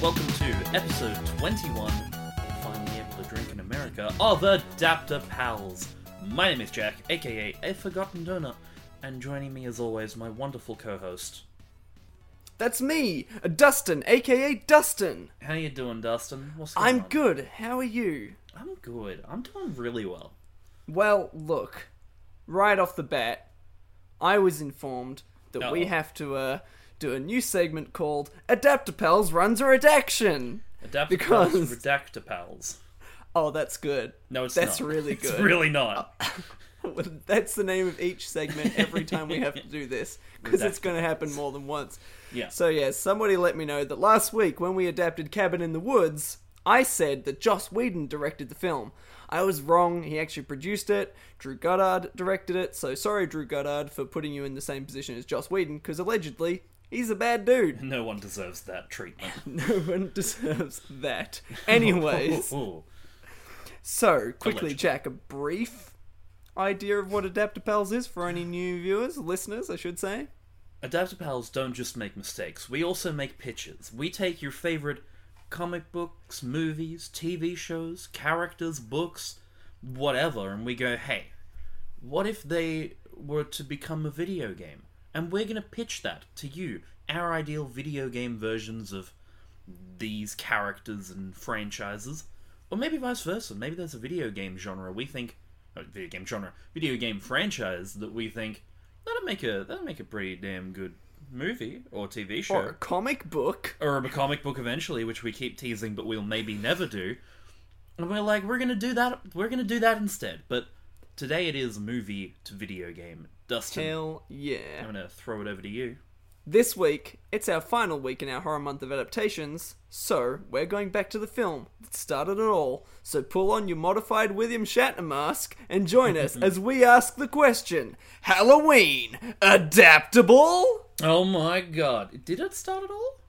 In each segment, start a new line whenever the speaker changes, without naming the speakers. Welcome to episode 21, finally able to drink in America, of the Dapper Pals. My name is Jack, aka A Forgotten Donut, and joining me as always, my wonderful co-host.
That's me, Dustin, aka Dustin.
How you doing, Dustin? What's going
I'm
on?
good. How are you?
I'm good. I'm doing really well.
Well, look, right off the bat, I was informed that we
Uh-oh.
have to uh, do a new segment called Adaptapels Runs a Redaction.
Adapter Pals,
Because-
Redactor Pals.
Oh, that's good.
No, it's
That's
not.
really
It's
good. Uh,
really not.
that's the name of each segment every time we have to do this because it's going to happen more than once.
Yeah.
So yeah, somebody let me know that last week when we adapted Cabin in the Woods, I said that Joss Whedon directed the film. I was wrong. He actually produced it. Drew Goddard directed it. So sorry, Drew Goddard, for putting you in the same position as Joss Whedon, because allegedly he's a bad dude.
No one deserves that treatment.
No one deserves that. Anyways,
Ooh.
so quickly,
Allegedly.
Jack, a brief idea of what Adaptapals is for any new viewers, listeners, I should say.
Adapter Pals don't just make mistakes, we also make pitches. We take your favourite comic books, movies, TV shows, characters, books, whatever, and we go, hey, what if they were to become a video game? And we're going to pitch that to you, our ideal video game versions of these characters and franchises. Or maybe vice versa. Maybe there's a video game genre we think, oh, video game genre, video game franchise that we think that'd make a that'd make a pretty damn good movie or TV show
Or a comic book.
or a comic book eventually, which we keep teasing, but we'll maybe never do. And we're like, we're gonna do that. We're gonna do that instead. But today it is movie to video game. Dustin,
Hell yeah.
I'm gonna throw it over to you.
This week, it's our final week in our horror month of adaptations, so we're going back to the film that started it all. So pull on your modified William Shatner mask and join us as we ask the question Halloween adaptable?
Oh my god! Did it start at all?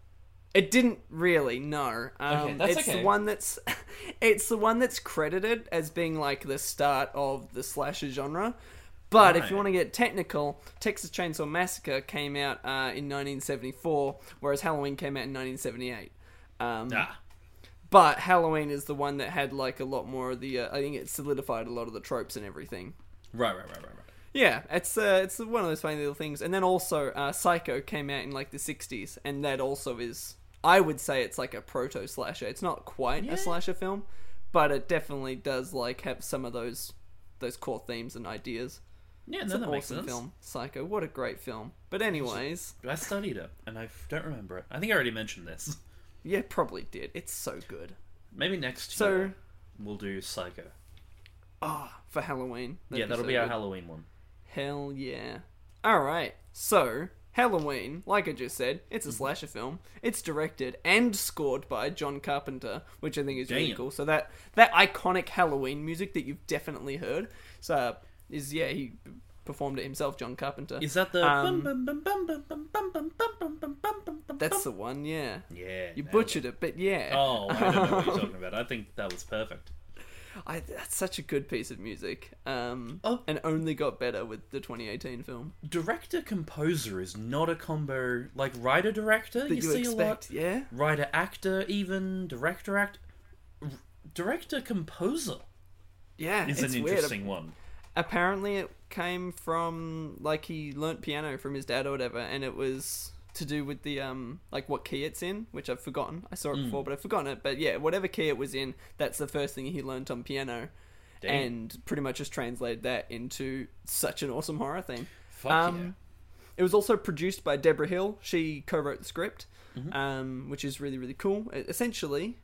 It didn't really, no. Um,
Okay, that's
it's
okay.
the one that's it's the one that's credited as being like the start of the slasher genre. But if
Right.
you want to get technical, Texas Chainsaw Massacre came out uh, in 1974, whereas Halloween came out in 1978. Um,
Ah,
But Halloween is the one that had like a lot more of the. Uh, I think it solidified a lot of the tropes and everything.
right, right, right, right, right.
Yeah, it's uh, it's one of those funny little things. And then also, uh, Psycho came out in like the '60s, and that also is, I would say, it's like a proto slasher. It's not quite
Yeah.
a slasher film, but it definitely does like have some of those those core themes and ideas.
Yeah, no,
It's
Oh, that
an
makes
awesome
sense.
film, Psycho. What a great film. But anyways,
I studied it, and I f- don't remember it. I think I already mentioned this.
yeah, probably did. It's so good.
Maybe next
So-
year we'll do Psycho.
Ah, for Halloween. That'd
yeah, that'll
so
be our
good.
Halloween one.
Hell yeah. Alright, so Halloween, like I just said, it's a
Mm-hmm.
slasher film. It's directed and scored by John Carpenter, which I think is really
Damn.
cool. So that that iconic Halloween music that you've definitely heard, so uh, is yeah, he performed it himself, John Carpenter.
Is that the?
Um,
That's
That's the one, yeah.
yeah.
You
nailed it.
butchered it, but yeah.
Oh, I don't know what you're talking about. I think that was perfect.
I, that's such a good piece of music. Um,
Oh.
and only got better with the 2018 film.
Director composer is not a combo like writer director.
That
You,
you,
see
expect,
a lot.
yeah?
Writer actor even director act r- director composer
Yeah,
is
it's
an
weird.
interesting one.
apparently it came from like he learnt piano from his dad or whatever and it was to do with the um like what key it's in which i've forgotten i saw it before but i've forgotten it but yeah whatever key it was in that's the first thing he learnt on piano
Damn.
and pretty much just translated that into such an awesome horror theme
Fuck
um, it was also produced by Deborah Hill. She co-wrote the script,
Mm-hmm.
um, which is really really cool. It essentially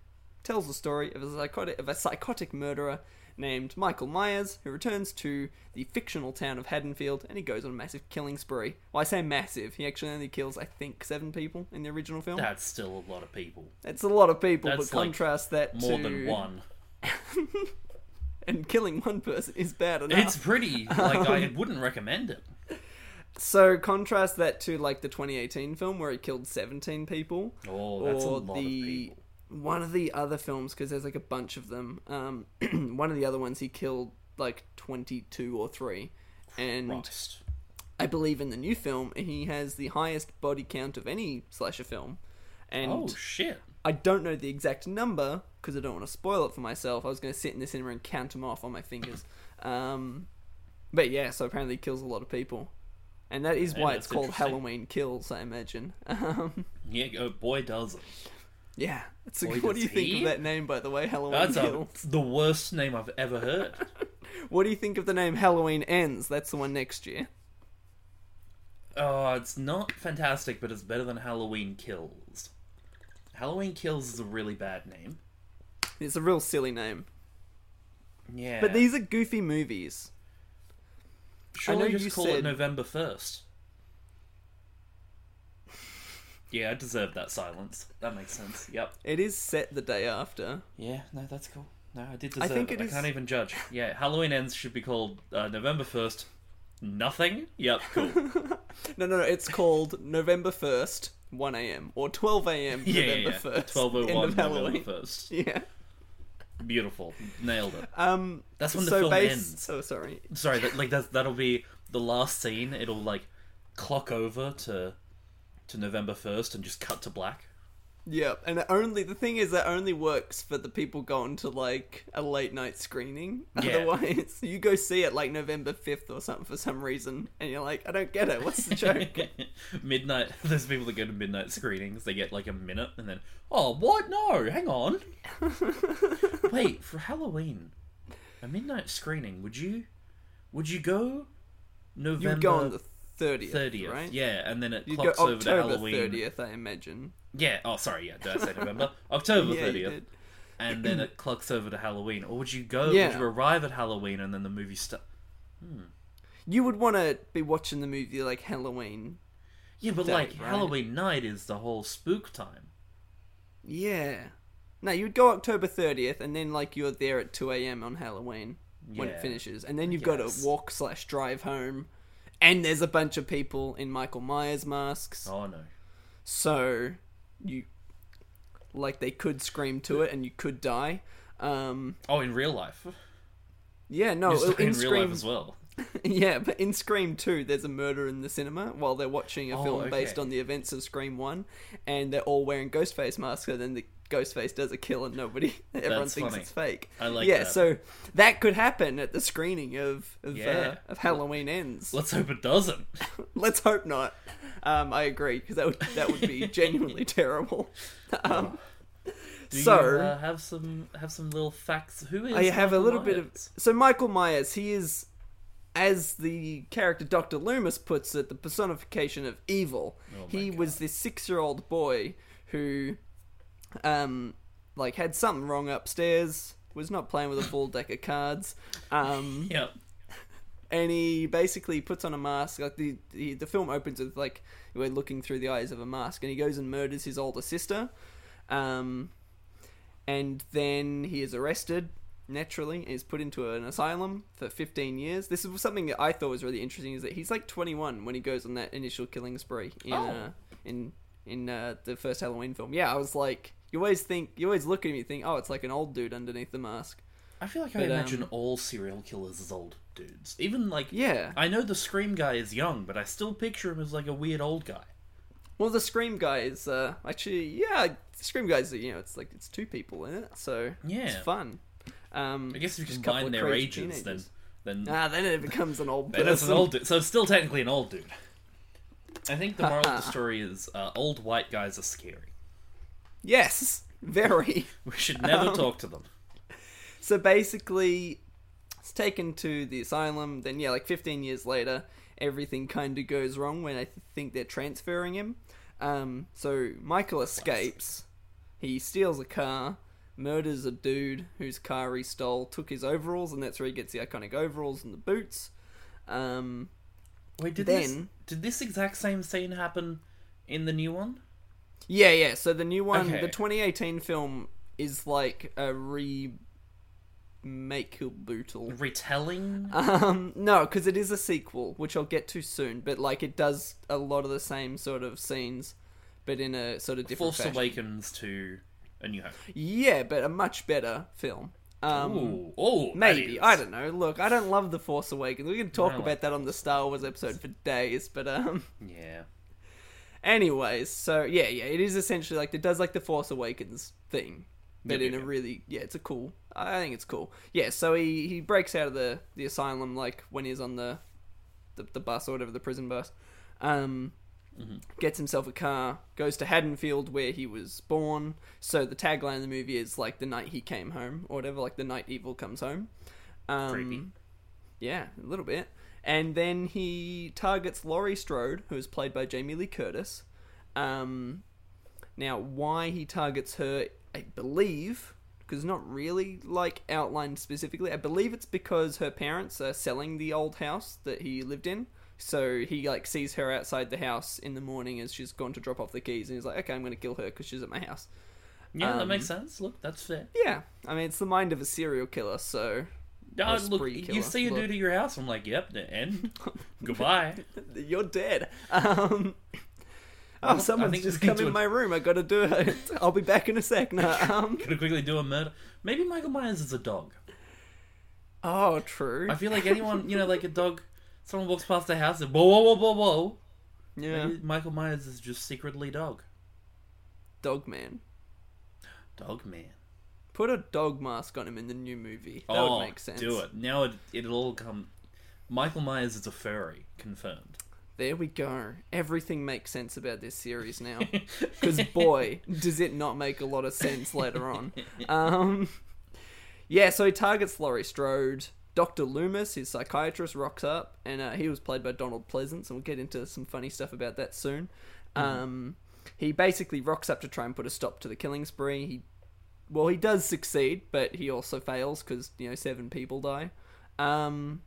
tells the story of a psychotic of a psychotic murderer named Michael Myers who returns to the fictional town of Haddonfield and he goes on a massive killing spree. Well, I say massive. He actually only kills I think seven people in the original film.
yeah. That's still a lot of people.
That's a lot of people, but
That's like
contrast that
More
to
than one.
and killing one person is bad enough.
It's pretty. Like I wouldn't recommend it.
So contrast that to like the 2018 film where he killed 17 people,
Oh, that's a
or
lot of
the
people.
one of the other films because there's like a bunch of them. Um, one of the other ones he killed like 22 or three, and
Christ.
I believe in the new film he has the highest body count of any slasher film, and
Oh shit.
I don't know the exact number because I don't want to spoil it for myself. I was going to sit in the cinema and count them off on my fingers. Um, but yeah, so apparently it kills a lot of people. And that is
Yeah,
why
that's
it's called
interesting.
Halloween Kills, I imagine. Um,
Yeah, oh boy does it.
yeah. It's a,
Boy,
what do you
does
think
he?
of that name, by the way? Halloween
That's a,
Kills.
the worst name I've ever heard.
What do you think of the name Halloween Ends? That's the one next year.
Oh, it's not fantastic, but it's better than Halloween Kills. Halloween Kills is a really bad name.
It's a real silly name.
Yeah.
But these are goofy movies.
surely
I know
just
you
call it
said-
November first. Yeah, I deserve that silence. That makes sense. Yep.
It is set the day after.
Yeah, no, that's cool. No, I did deserve
think
it.
it
I
is-
can't even judge. Yeah, Halloween ends should be called uh, November first. Nothing. Yep. Cool.
No, no, no. It's called November 1st, 1 a.m. or 12 a.m.
yeah,
November
yeah, yeah.
1st.
Twelve oh
end
one
of
November
Halloween.
first.
Yeah.
Beautiful. Nailed it.
Um,
That's when the
so
film
base-
ends.
Oh, sorry.
Sorry, that, like that's that'll be the last scene. It'll like clock over to to November first and just cut to black.
Yeah, and it only the thing is that only works for the people going to like a late night screening.
Yeah.
Otherwise, you go see it like November 5th or something for some reason, and you're like, I don't get it. What's the joke?
midnight. There's people that go to midnight screenings. They get like a minute, and then oh, what? No, hang on. Wait for Halloween, a midnight screening. Would you? Would you go?
you
November
would go on the 30th,
30th,
right?
yeah, and then it
You'd
clocks
go
over to
October
Halloween.
30th, I imagine.
Yeah. Oh, sorry. Yeah. Did I say November? October
Yeah, you
thirtieth.
did.
and then it clocks over to Halloween. Or would you go? Would
Yeah.
you arrive at Halloween and then the movie starts?
You would want to be watching the movie like Halloween.
Yeah, but
Day,
like
right?
Halloween night is the whole spook time.
Yeah. No, you'd go October 30th, and then like you're there at 2 a.m. on Halloween when
Yeah,
it finishes, and then you've got
guess.
to walk slash drive home, and there's a bunch of people in Michael Myers masks,
Oh no.
so you like they could scream to it, and you could die. Um,
Oh, in real life.
yeah, no,
Just in real
in
life
Scream,
as well.
yeah, but in Scream 2, there's a murder in the cinema while they're watching a
Oh,
film based
okay.
on the events of Scream 1, and they're all wearing Ghostface masks, and then the Ghostface does a kill, and nobody, everyone
That's
thinks
funny.
it's fake.
I like
Yeah,
that.
so that could happen at the screening of of,
Yeah.
uh, of Halloween Ends.
Let's hope it doesn't.
Let's hope not. Um, I agree, because that would, that would be genuinely terrible.
Oh,
Um,
Do
so.
you uh, have some have some little facts? Who is?
I have a
Michael
little bit of
Myers?
so Michael Myers. He is, as the character Doctor Loomis puts it, the personification of evil.
Oh my
he
God.
was this six-year-old boy who, um, like had something wrong upstairs. Was not playing with a full deck of cards. Um,
Yep.
and he basically puts on a mask. Like the, the the film opens with like we're looking through the eyes of a mask, and he goes and murders his older sister. Um, and then he is arrested. Naturally, and is put into an asylum for 15 years. This is something that I thought was really interesting. Is that he's like 21 when he goes on that initial killing spree in
Oh.
uh, in in uh, the first Halloween film. Yeah, I was like, you always think, you always look at him, you think, oh, it's like an old dude underneath the mask.
I feel like I
But,
imagine
um,
all serial killers as old dudes. Even like
Yeah.
I know the Scream guy is young, but I still picture him as like a weird old guy.
Well, the Scream guy is uh, actually yeah, the Scream guys. You know, it's like it's two people in it, so it's
Yeah.
fun. Um,
I guess if you
just a couple
combine
of
their
crazy
ages, then
teenagers.
then
ah, then it becomes an old.
Then it's an
person.
old dude. So it's still technically an old dude. I think the moral of the story is uh, old white guys are scary.
Yes, very.
We should never talk to them.
So basically, it's taken to the asylum. Then, yeah, like 15 years later, everything kind of goes wrong when I th- think they're transferring him. Um, so Michael escapes. He steals a car, murders a dude whose car he stole, took his overalls, and that's where he gets the iconic overalls and the boots. Um,
Wait, did this
Then-
did this exact same scene happen in the new one?
Yeah, yeah. So the new one,
Okay.
the 2018 film, is like a re make bootle.
Retelling?
Um, no, because it is a sequel, which I'll get to soon. But like, it does a lot of the same sort of scenes, but in a sort of different
Force
fashion.
Awakens to A New Hope.
Yeah, but a much better film. Um,
Ooh, oh,
maybe I don't know. Look, I don't love the Force Awakens. We can talk
I like
about that on the Star Wars episode for days. But um,
Yeah,
Anyways, so yeah, yeah, it is essentially like it does like the Force Awakens thing, but
Yeah,
in
yeah,
a
yeah.
really yeah, it's a cool. I think it's cool. Yeah, so he he breaks out of the the asylum like when he's on the the, the bus or whatever the prison bus, um, gets himself a car, goes to Haddonfield where he was born. So the tagline of the movie is like the night he came home or whatever, like the night evil comes home. Um,
Creepy.
yeah, a little bit. And then he targets Laurie Strode, who is played by Jamie Lee Curtis. Um, now, why he targets her, I believe, because not really like outlined specifically. I believe it's because her parents are selling the old house that he lived in. So he like sees her outside the house in the morning as she's gone to drop off the keys, and he's like, "Okay, I'm going to kill her because she's at my house."
Yeah, that
Um,
makes sense. Look, that's fair.
Yeah, I mean it's the mind of a serial killer, so
Oh,
a
look,
spree
you
killer.
see a
Look.
dude at your house. I'm like, yep, the end. Goodbye.
You're dead. Um, oh,
I
someone's
think
just
we need
come
to
in
ad-
my room. I gotta do it. I'll be back in a sec. No, um,
Gonna quickly do a murder. Maybe Michael Myers is a dog.
oh, true.
I feel like anyone, you know, like a dog. Someone walks past the house and whoa, whoa, whoa, whoa, whoa.
yeah,
Maybe Michael Myers is just secretly dog.
dog man.
Dog man.
Put a dog mask on him in the new movie. That
oh,
would make sense.
do it now. It, it'll all come. Michael Myers is a furry, confirmed.
There we go. Everything makes sense about this series now. Because boy, does it not make a lot of sense later on. Um, yeah, so he targets Laurie Strode. Dr. Loomis, his psychiatrist, rocks up, and uh, he was played by Donald Pleasance, and we'll get into some funny stuff about that soon.
Mm-hmm.
Um, he basically rocks up to try and put a stop to the killing spree. He, well, he does succeed, but he also fails because you know seven people die. Um,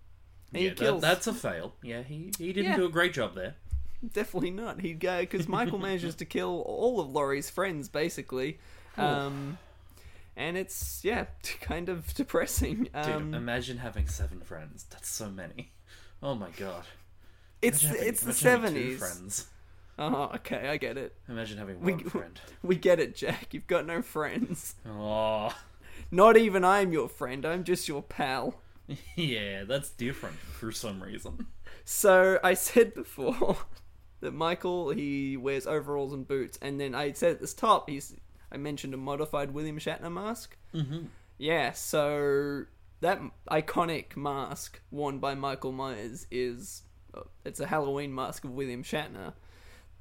and
yeah,
he
that-
kills.
that's a fail. Yeah, he he didn't
Yeah.
do a great job there.
Definitely not. He'd go because Michael manages to kill all of Laurie's friends basically, um, and it's yeah, kind of depressing.
Dude,
Um,
imagine having seven friends. That's so many. Oh my god.
it's
Imagine having-
it's the
imagine having two
seventies.
friends.
Oh, okay, I get it.
Imagine having
We-
one friend.
We get it, Jack. You've got no friends.
Oh,
Not even I'm your friend. I'm just your pal.
yeah, that's different for some reason.
So I said before that Michael he wears overalls and boots, and then I said at the top he's I mentioned a modified William Shatner mask. Mm-hmm. Yeah, so that m- iconic mask worn by Michael Myers is uh, it's a Halloween mask of William Shatner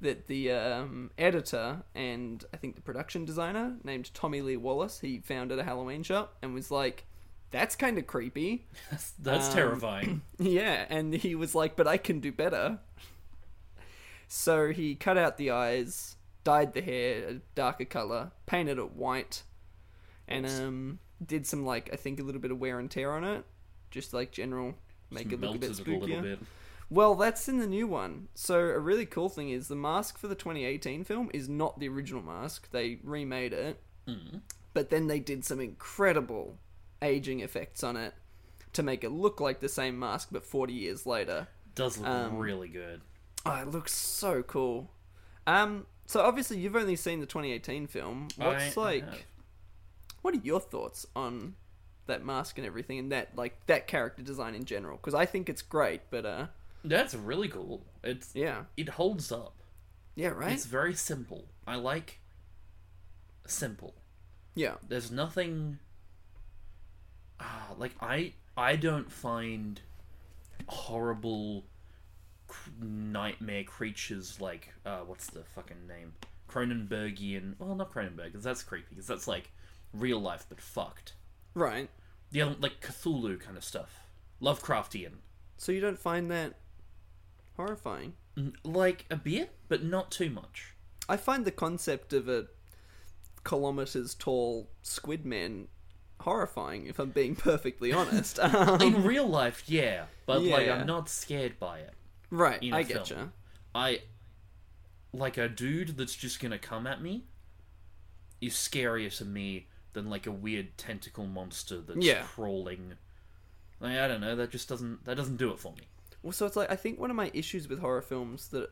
that the um, editor and I think the production designer named Tommy Lee Wallace he found at a Halloween shop and was like, "That's kind of creepy."
That's, that's
Um,
terrifying.
Yeah, and he was like, but I can do better. So he cut out the eyes, dyed the hair a darker color, painted it white, and um, did some, like, I think a little bit of wear and tear on it. Just like general, make it look a bit
Melted it a little
spookier.
bit.
Well, that's in the new one. So a really cool thing is the mask for the 2018 film is not the original mask. They remade it,
Mm-hmm.
but then they did some incredible aging effects on it to make it look like the same mask, but 40 years later.
Does look
Um,
really good.
Oh, it looks so cool. Um, so obviously you've only seen the 2018 film. What's
I- I
like?
have.
what are your thoughts on that mask and everything, and that like that character design in general? Because I think it's great, but uh,
That's really cool. It's
yeah,
it holds up.
yeah, right,
It's very simple. I like simple.
yeah.
There's nothing. Ah, like I I don't find horrible cr- nightmare creatures like uh, what's the fucking name Cronenbergian. Well, not Cronenberg because that's creepy because that's like real life but fucked.
Right.
The other, like Cthulhu kind of stuff, Lovecraftian.
So you don't find that horrifying?
N- Like a bit, but not too much.
I find the concept of a kilometers tall squid man horrifying, if I'm being perfectly honest. Um,
In real life, yeah, but like
Yeah.
I'm not scared by it.
right,
In a
I get
film.
you.
I like a dude that's just gonna come at me is scarier to me than like a weird tentacle monster that's
Yeah.
crawling. Like, I don't know. That just doesn't that doesn't do it for me.
Well, so it's like I think one of my issues with horror films that,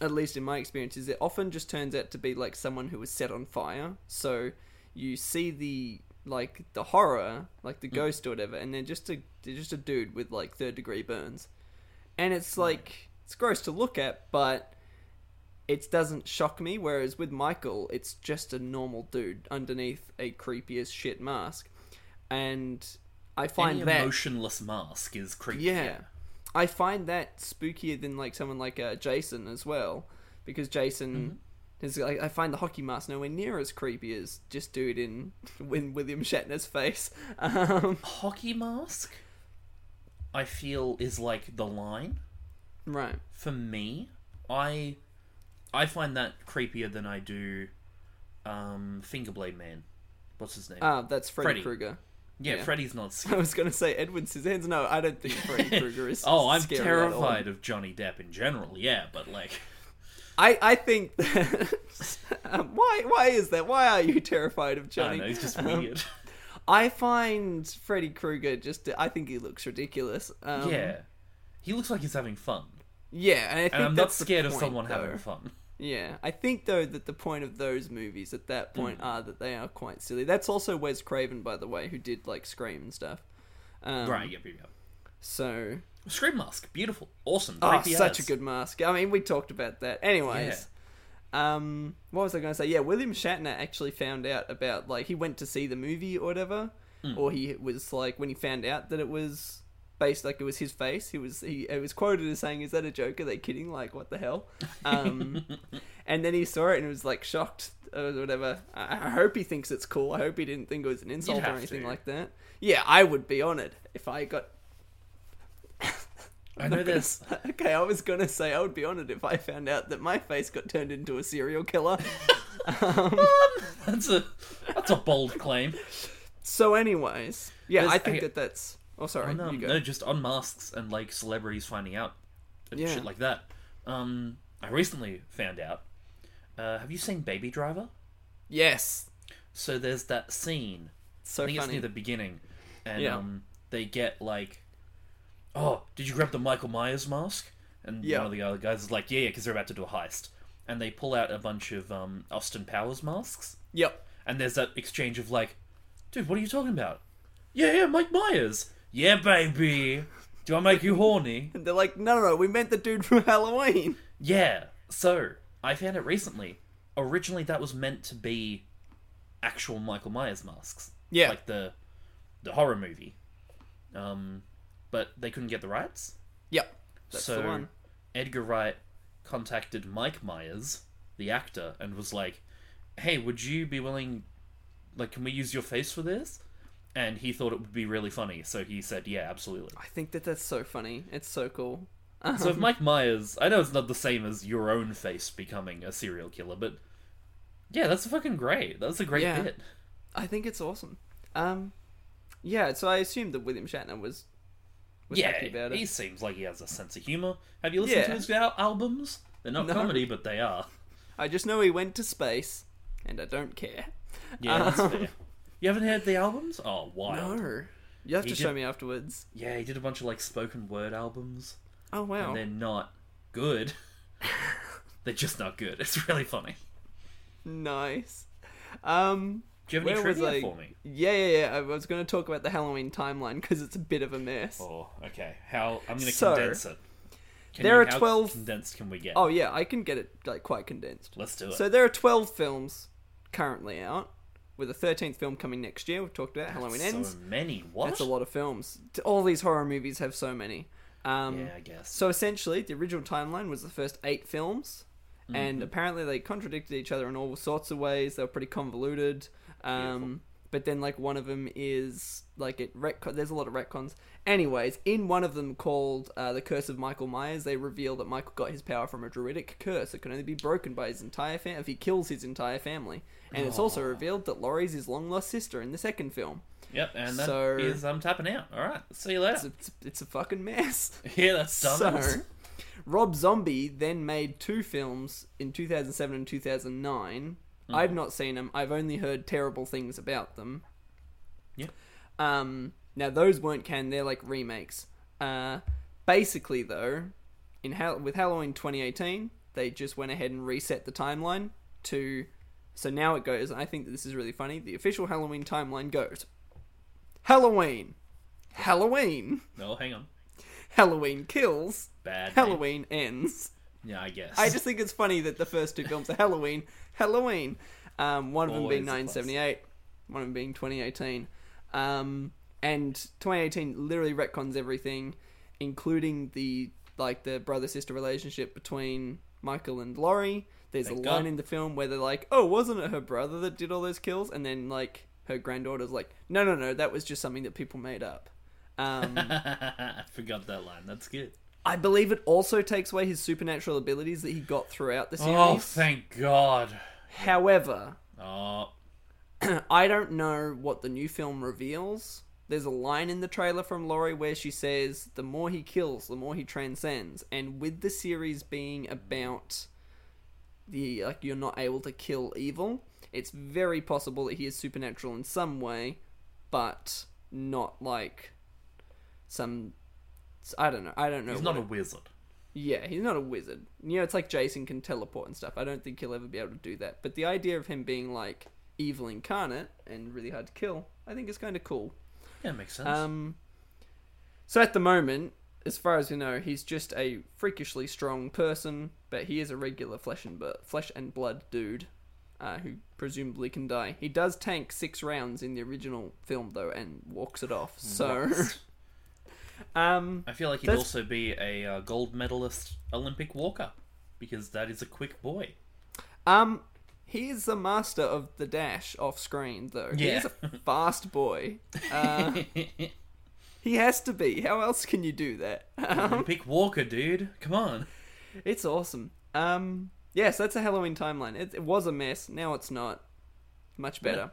at least in my experience, is it often just turns out to be like someone who was set on fire. So you see the like the horror, like the ghost or whatever, and they're just a they're just a dude with like third degree burns, and it's like it's gross to look at, but it doesn't shock me. Whereas with Michael, it's just a normal dude underneath a creepy as shit mask, and I find
Any
that
emotionless mask is creepy.
yeah. I find that spookier than like someone like uh, Jason as well, because Jason
Mm-hmm.
is like I find the hockey mask nowhere near as creepy as just dude in with William Shatner's face. Um,
Hockey mask, I feel, is like the line.
right,
for me, I I find that creepier than I do um Fingerblade Man. What's his name?
ah, that's
Freddy.
Freddy, Krueger.
yeah,
yeah.
Freddy's not scary.
I was gonna say Edward Scissorhands. No, I don't think Freddy Krueger is.
oh, I'm
scary at all.
terrified of Johnny Depp in general. Yeah, but like
I, I think that um, why why is that? Why are you terrified of
I
Johnny?
don't know, he's just
Um,
weird.
I find Freddy Krueger just. I think he looks ridiculous. Um,
yeah, he looks like he's having fun,
yeah, and I think
and I'm not
that's the
scared of
point,
someone
though.
having fun.
Yeah, I think though that the point of those movies at
Hmm.
that point are that they are quite silly. That's also Wes Craven, by the way, who did like Scream and stuff. Um,
right? Yep, yep, yep.
So,
Scream mask, beautiful, awesome,
oh,
creepy
such a
as.
good mask. I mean, we talked about that. Anyways, um, what was I going to say? Yeah, William Shatner actually found out about like he went to see the movie or whatever,
Hmm.
or he was like when he found out that it was based like it was his face. He was he it was quoted as saying, "Is that a joke? Are they kidding? Like what the hell?" Um, and then he saw it and was like shocked or whatever. I, I hope he thinks it's cool. I hope he didn't think it was an insult or
have
anything
to.
like that. Yeah, I would be honored if I got
I know there's
Okay, I was gonna say I would be honored if I found out that my face got turned into a serial killer. um,
that's a that's a bold claim.
so, anyways, yeah,
There's-
I think
okay.
that that's. Oh, sorry,
Oh, no,
you go.
no, just on masks and like celebrities finding out and
Yeah.
shit like that. Um, I recently found out. Uh, have you seen Baby Driver?
Yes,
So there's that scene.
so
I think it's
funny.
near the beginning, and
Yeah.
um, they get like, "Oh, did you grab the Michael Myers mask?" And
Yeah.
one of the other guys is like, "Yeah, yeah," because they're about to do a heist, and they pull out a bunch of um, Austin Powers masks.
Yep.
And there's that exchange of like, dude, what are you talking about? Yeah, yeah, Mike Myers. Yeah, baby. Do I make you horny?
And they're like, no, no, no, we meant the dude from Halloween.
Yeah. So, I found it recently. Originally, that was meant to be actual Michael Myers masks.
Yeah.
Like the the horror movie. Um, but they couldn't get the rights.
Yep, that's
so
the one.
Edgar Wright contacted Mike Myers, the actor, and was like, "Hey, would you be willing? Like, can we use your face for this?" And he thought it would be really funny, so he said, "Yeah, absolutely."
I think that that's so funny. It's so cool.
so if Mike Myers, I know it's not the same as your own face becoming a serial killer, but yeah, that's fucking great. That's a great
Yeah.
bit.
I think it's awesome. Um, yeah. So I assumed that William Shatner was was
yeah,
happy about it.
he seems like he has a sense of humor. Have you listened to
Yeah.
his al- albums? They're not
No.
comedy, but they are.
I just know he went to space, and I don't care.
Yeah, that's
Um,
fair. You haven't heard the albums? Oh, wild.
No. You have
He
to show
did-
me afterwards.
Yeah, he did a bunch of like spoken word albums,
Oh wow.
and they're not good. they're just not good. It's really funny.
Nice. Um
Do you have any
where was
trivia
I?
for me?
Yeah, yeah, yeah. I was going to talk about the Halloween timeline because it's a bit of a mess. Oh.
Oh, okay. How I'm going to
So,
condense it. Can
there
you-
are
how
12
condensed. Can we get?
Oh, yeah, I can get it like quite condensed.
let's do it.
So there are 12 films currently out with a 13th film coming next year. We've talked about Halloween
so
Ends.
many. What?
That's a lot of films. All these horror movies have so many. Um
Yeah, I guess.
So essentially, the original timeline was the first eight films, and apparently they contradicted each other in all sorts of ways. They were pretty convoluted. Um, but then, like one of them is like it retcon. There's a lot of retcons. Anyways, in one of them called uh, "The Curse of Michael Myers," they reveal that Michael got his power from a druidic curse that can only be broken by his entire fam if he kills his entire family. And it's also revealed that Laurie's his long lost sister in the second film.
Yep, and that is
so-
I'm tapping out. All right, see you later.
It's a, it's a- it's a fucking mess.
yeah, that's dumb.
So, Rob Zombie then made two films in 2007 and 2009. I've not seen them. I've only heard terrible things about them.
Yeah.
Um, now those weren't canon. They're like remakes. Uh, basically, though, in Hal- with Halloween 2018, they just went ahead and reset the timeline to. So now it goes. And I think that this is really funny. The official Halloween timeline goes. Halloween, Halloween,
No, Oh, hang on.
Halloween kills,
Bad. name.
Halloween ends.
Yeah, I guess.
I just think it's funny that the first two films are Halloween, Halloween. Um, one of them being
Always a classic.
1978, one of them being 2018. Um, and 2018 literally retcons everything, including the like the brother sister relationship between Michael and Laurie. There's
Thank
a
God.
line in the film where they're like, "Oh, wasn't it her brother that did all those kills?" And then like her granddaughter's like, "No, no, no, that was just something that people made up." Um,
I forgot that line. That's good.
I believe it also takes away his supernatural abilities that he got throughout the series.
Oh, thank God.
However,
Oh,
I don't know what the new film reveals. There's a line in the trailer from Laurie where she says, "The more he kills, the more he transcends." And with the series being about the like you're not able to kill evil, it's very possible that he is supernatural in some way, but not like some I don't know. I don't know.
he's
what
not
it-
a wizard.
yeah, he's not a wizard. You know, it's like Jason can teleport and stuff. I don't think he'll ever be able to do that. But the idea of him being like evil incarnate and really hard to kill, I think is kind of cool.
Yeah, makes sense.
Um, so at the moment, as far as we know, he's just a freakishly strong person, but he is a regular flesh and bu- flesh and blood dude uh, who presumably can die. He does tank six rounds in the original film though, and walks it off. So, um,
I feel like he'd
that's-
also be a uh, gold medalist Olympic walker because that is a quick boy.
Um, he is the master of the dash off screen, though. He is
Yeah.
a fast boy. Uh, he has to be. How else can you do that?
Olympic walker, dude. Come on.
it's awesome. Um, yes, that's a Halloween timeline. It, it was a mess. Now it's not. Much better.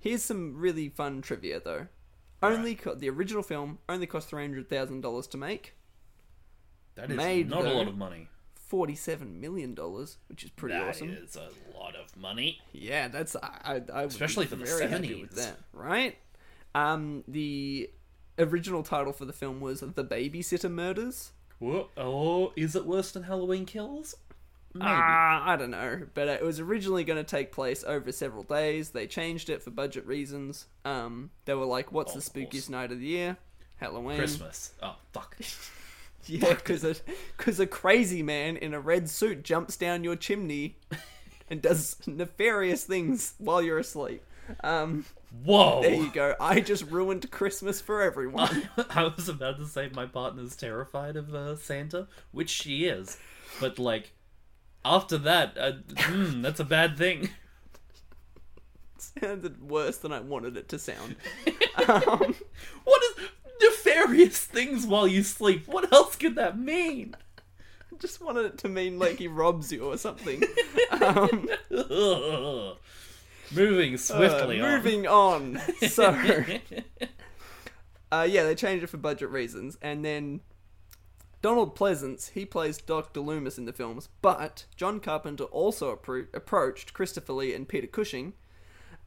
Here's some really fun trivia, though. Only co- the original film only cost three hundred thousand dollars to make,
That is
Made,
not a
though.
lot of money.
forty-seven million dollars, which is pretty
That is
awesome.
a lot of money.
Yeah, that's I. I, I would
Especially
be
for the
very happy
70s.
with that, right? Um, the original title for the film was "The Babysitter Murders."
Whoa. Oh, is it worse than Halloween Kills?
Mm.
Maybe.
Ah, I don't know, but uh, it was originally going to take place over several days. They changed it for budget reasons. Um, they were like, "What's the
Of course.
spookiest night of the year? Halloween."
Christmas. Oh, fuck.
Yeah, because a, 'cause a crazy man in a red suit jumps down your chimney and does nefarious things while you're asleep. Um,
Whoa.
There you go. I just ruined Christmas for everyone.
I was about to say my partner's terrified of uh, Santa, which she is, but like after that, uh, mm, that's a bad thing.
sounded worse than I wanted it to sound.
What is nefarious things while you sleep? What else could that mean?
I just wanted it to mean like he robs you or something. Um,
Ugh. Moving swiftly
Uh,
on.
moving on. So, uh, yeah, they changed it for budget reasons. And then Donald Pleasance, he plays Dr. Loomis in the films, but John Carpenter also appro- approached Christopher Lee and Peter Cushing.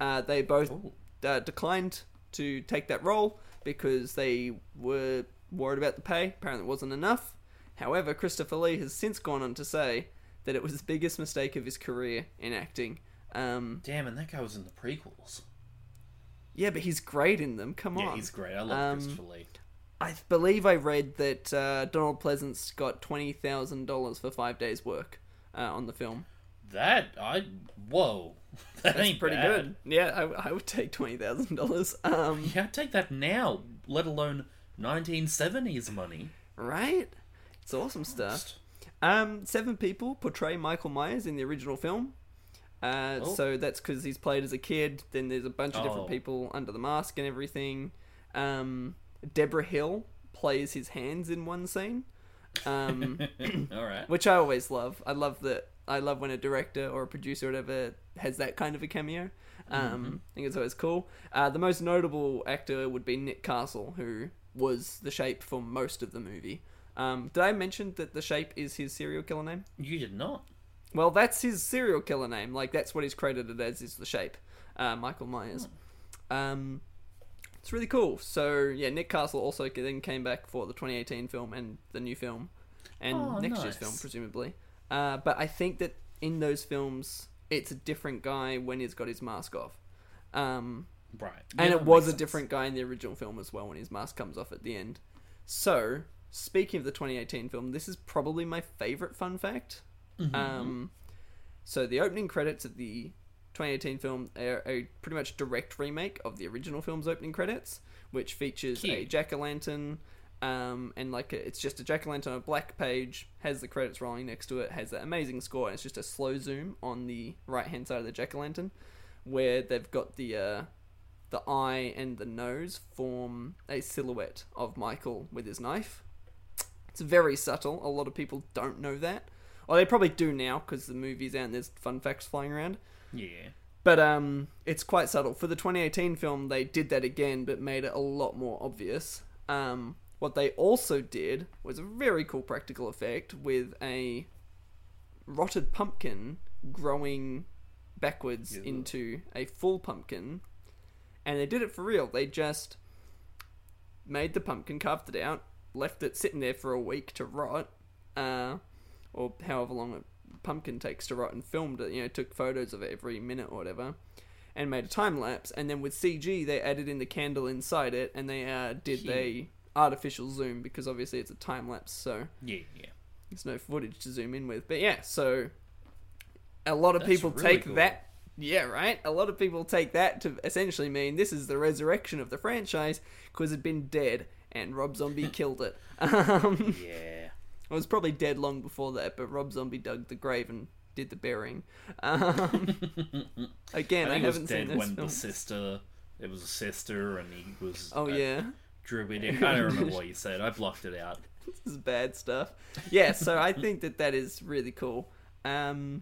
Uh, they both
Ooh.
uh, declined to take that role because they were worried about the pay. Apparently, it wasn't enough. However, Christopher Lee has since gone on to say that it was the biggest mistake of his career in acting. Um,
Damn, and that guy was in the prequels.
yeah, but he's great in them. Come
Yeah,
on.
he's great. I love
Um,
Christopher Lee.
I believe I read that uh, Donald Pleasance got twenty thousand dollars for five days' work uh, on the film.
That I whoa, that
That's
ain't
pretty
bad.
good. Yeah, I, I would take twenty thousand dollars. Um,
Yeah, take that now. Let alone 1970s money.
right? It's awesome stuff. Um, seven people portray Michael Myers in the original film. Uh,
Oh.
So that's because he's played as a kid. Then there's a bunch of different
Oh.
people under the mask and everything. Um, Deborah Hill plays his hands in one scene. Um,
All right.
which I always love. I love that. I love when a director or a producer or whatever has that kind of a cameo. Um, I think it's always cool. Uh, the most notable actor would be Nick Castle, who was the Shape for most of the movie. Um, did I mention that the Shape is his serial killer name?
You did not.
Well, that's his serial killer name. Like that's what he's credited as is the Shape, uh, Michael Myers.
Hmm.
Um, it's really cool. So yeah, Nick Castle also then came back for the 2018 film and the new film, and
Oh,
next year's film
nice.
presumably. Uh, but I think that in those films, it's a different guy when he's got his mask off. Um,
Right. Yeah,
and
that
it was
makes
a
sense.
different guy in the original film as well when his mask comes off at the end. So Speaking of the 2018 film, this is probably my favorite fun fact. Um, so the opening credits of the 2018 film are a pretty much direct remake of the original film's opening credits, which features a
Cute.
jack o' lantern, um, and like a, it's just a jack o' lantern on a black page. Has the credits rolling next to it. Has that amazing score, and it's just a slow zoom on the right hand side of the jack o' lantern, where they've got the uh, the eye and the nose form a silhouette of Michael with his knife. It's very subtle. A lot of people don't know that. Or they probably do now because the movie's out and there's fun facts flying around.
Yeah.
But um, it's quite subtle. For the 2018 film, they did that again, but made it a lot more obvious. Um, what they also did was a very cool practical effect with a rotted pumpkin growing backwards
Yeah.
into a full pumpkin. And they did it for real. They just made the pumpkin, carved it out, left it sitting there for a week to rot, uh, or however long a pumpkin takes to rot, and filmed it. You know, took photos of it every minute or whatever, and made a time lapse. And then with CG, they added in the candle inside it, and they uh, did
Cute.
they artificial zoom because obviously it's a time lapse, so
Yeah, yeah.
there's no footage to zoom in with. But yeah, so a lot of
That's
people
really
take
cool.
that. Yeah, right? A lot of people take that to essentially mean this is the resurrection of the franchise because it'd been dead and Rob Zombie killed it. Um,
Yeah.
it was probably dead long before that, but Rob Zombie dug the grave and did the burying. Um, again,
I
I,
think it was
haven't
dead
seen this
when
film.
the sister. It was a sister, and he was.
Oh,
uh,
yeah.
Drew it in. I don't remember what you said. I blocked it out.
this is bad stuff. Yeah, so I think that that is really cool. Um,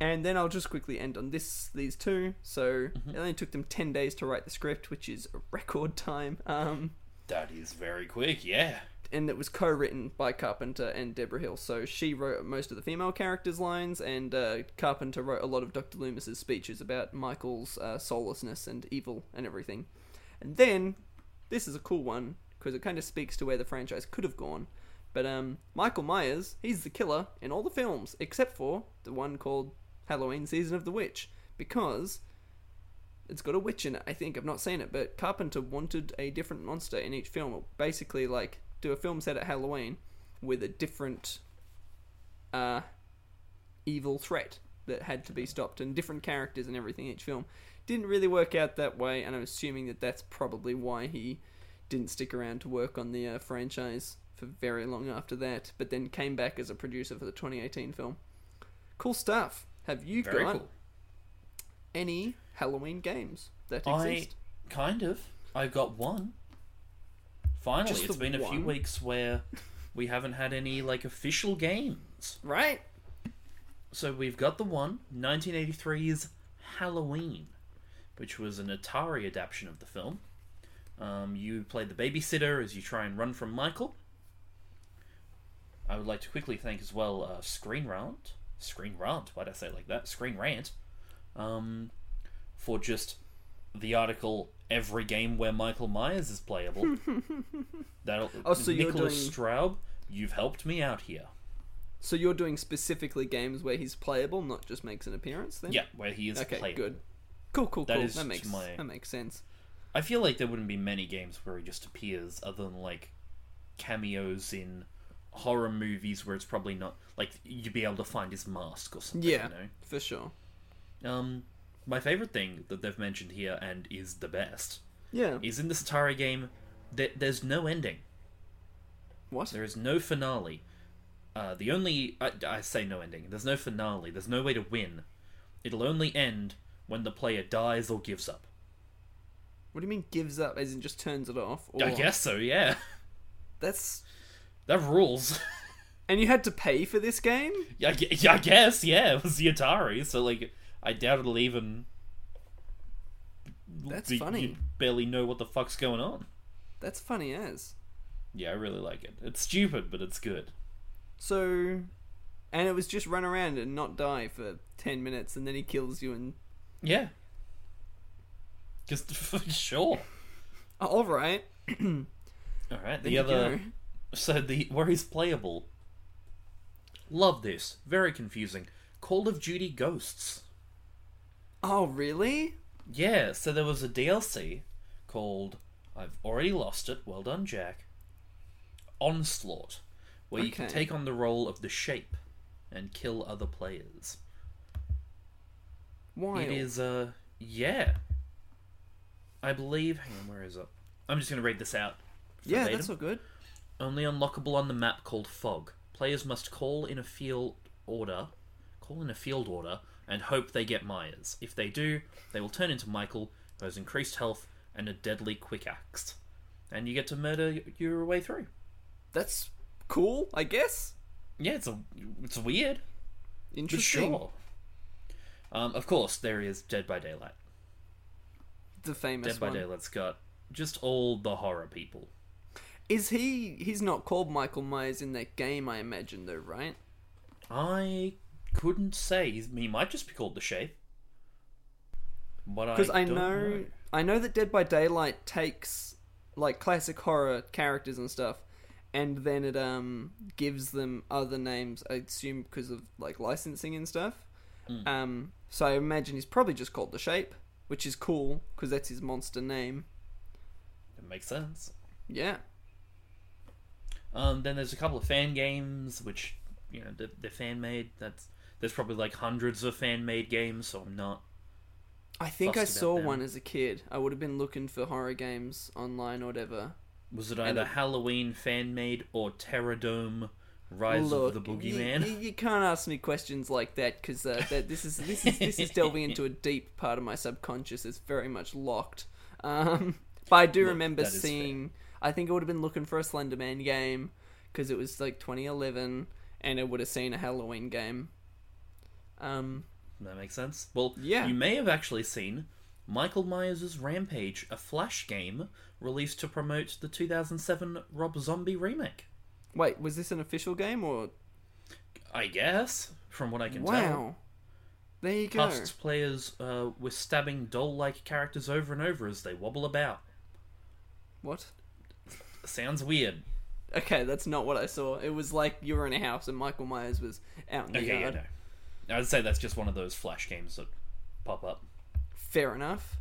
and then I'll just quickly end on this these two. So it only took them ten days to write the script, which is a record time. Um,
That is very quick. Yeah.
and it was co-written by Carpenter and Deborah Hill. So she wrote most of the female characters' lines, and uh, Carpenter wrote a lot of Dr. Loomis's speeches about Michael's uh, soullessness and evil and everything. And then this is a cool one because it kind of speaks to where the franchise could have gone. But um, Michael Myers, he's the killer in all the films except for the one called Halloween Season of the Witch because it's got a witch in it. I think I've not seen it, but Carpenter wanted a different monster in each film. Basically, like do a film set at Halloween with a different uh, evil threat that had to be stopped, and different characters and everything each film. Didn't really work out that way, and I'm assuming that that's probably why he didn't stick around to work on the uh, franchise for very long after that. But then came back as a producer for the 2018 film. Cool stuff. Have you
Very
got
cool.
any Halloween games that
I
exist.
kind of. I got one. Finally,
Just
it's
the
been a few
one?
weeks where we haven't had any like official games.
Right?
So we've got the one 1983's Halloween, which was an Atari adaptation of the film. Um, you play the babysitter as you try and run from Michael. I would like to quickly thank as well uh, Screen Rant, Screen Rant. Why'd I say it like that? Screen Rant, um, for just the article "Every game where Michael Myers is playable." That'll
Oh, so you're
Nicholas
doing-
Straub, you've helped me out here.
So you're doing specifically games where he's playable, not just makes an appearance then?
Yeah, where he is
Okay,
playable.
good. Cool, cool,
That
cool.
is
that makes
my-
that makes sense.
I feel like there wouldn't be many games where he just appears other than like cameos in horror movies where it's probably not like you'd be able to find his mask or something.
Yeah.
You
For sure.
know? Um, my favorite thing that they've mentioned here and is the best
Yeah.
is in this Atari game that there's no ending.
What?
There is no finale. Uh, the only I, I say no ending. There's no finale. There's no way to win. It'll only end when the player dies or gives up.
What do you mean gives up as in just turns it off? Or...
I guess so. Yeah,
That's
that rules.
and you had to pay for this game?
Yeah, I gue- yeah, I guess, yeah, it was the Atari, so like, I doubt it'll even.
That's
be-
funny.
You barely know what the fuck's going on.
That's funny as.
Yeah, I really like it. It's stupid, but it's good.
So and it was just run around and not die for ten minutes and then he kills you and
Yeah. Just for sure.
oh, all right.
All right.
There
The
you
other
go.
so the where he's playable. Love this. Very confusing. Call of Duty Ghosts.
Oh really?
Yeah, so there was a DLC called I've already lost it. Well done, Jack. Onslaught, where you can
Okay.
take on the role of the Shape and kill other players.
Wild.
It is, uh, yeah. I believe. Hang on, where is it? I'm just going to read this out.
yeah,
verbatim.
that's all good.
Only unlockable on the map called Fog. Players must call in a field order, call in a field order, and hope they get Myers. If they do, they will turn into Michael, who has increased health and a deadly quick axe. And you get to murder y- your way through.
That's cool, I guess.
Yeah, it's a, it's weird, but
Interesting.
sure. Um, of course, there is Dead by Daylight.
The famous
Dead by
one.
Daylight's got just all the horror people.
Is he? He's not called Michael Myers in that game, I imagine, though, right?
I couldn't say. He's- He might just be called the Shape. But I,
Because I,
don't
know,
know.
I know that Dead by Daylight takes like classic horror characters and stuff, and then it um gives them other names. I assume because of like licensing and stuff.
Hmm.
Um, so I imagine he's probably just called the Shape, which is cool because that's his monster name.
It makes sense.
Yeah.
Um, then there's a couple of fan games, which you know they're, they're fan made. That's there's probably like hundreds of fan made games, so I'm not.
I think I
Fussed about
saw
them.
one as a kid. I would have been looking for horror games online or whatever.
Was it either
it-
Halloween fan made or Terror Dome Rise of the
Look, you-
Boogeyman?
You, you can't ask me questions like that because uh, that this is this is this is delving into a deep part of my subconscious. It's very much locked. Um, but I do remember
that is fair.
seeing. I think I would have been looking for a Slenderman game because it was like 2011, and I would have seen a Halloween game. Um,
That makes sense. Well,
Yeah.
you may have actually seen Michael Myers' Rampage, a flash game released to promote the 2007 Rob Zombie remake.
wait, was this an official game or?
I guess, from what I can tell.
Wow, there you go.
Casts players uh, with stabbing doll like characters over and over as they wobble about.
What?
Sounds weird.
Okay, that's not what I saw. It was like you were in a house and Michael Myers was out in the
Okay, yeah,
yard.
no. I'd say that's just one of those flash games that pop up.
Fair enough.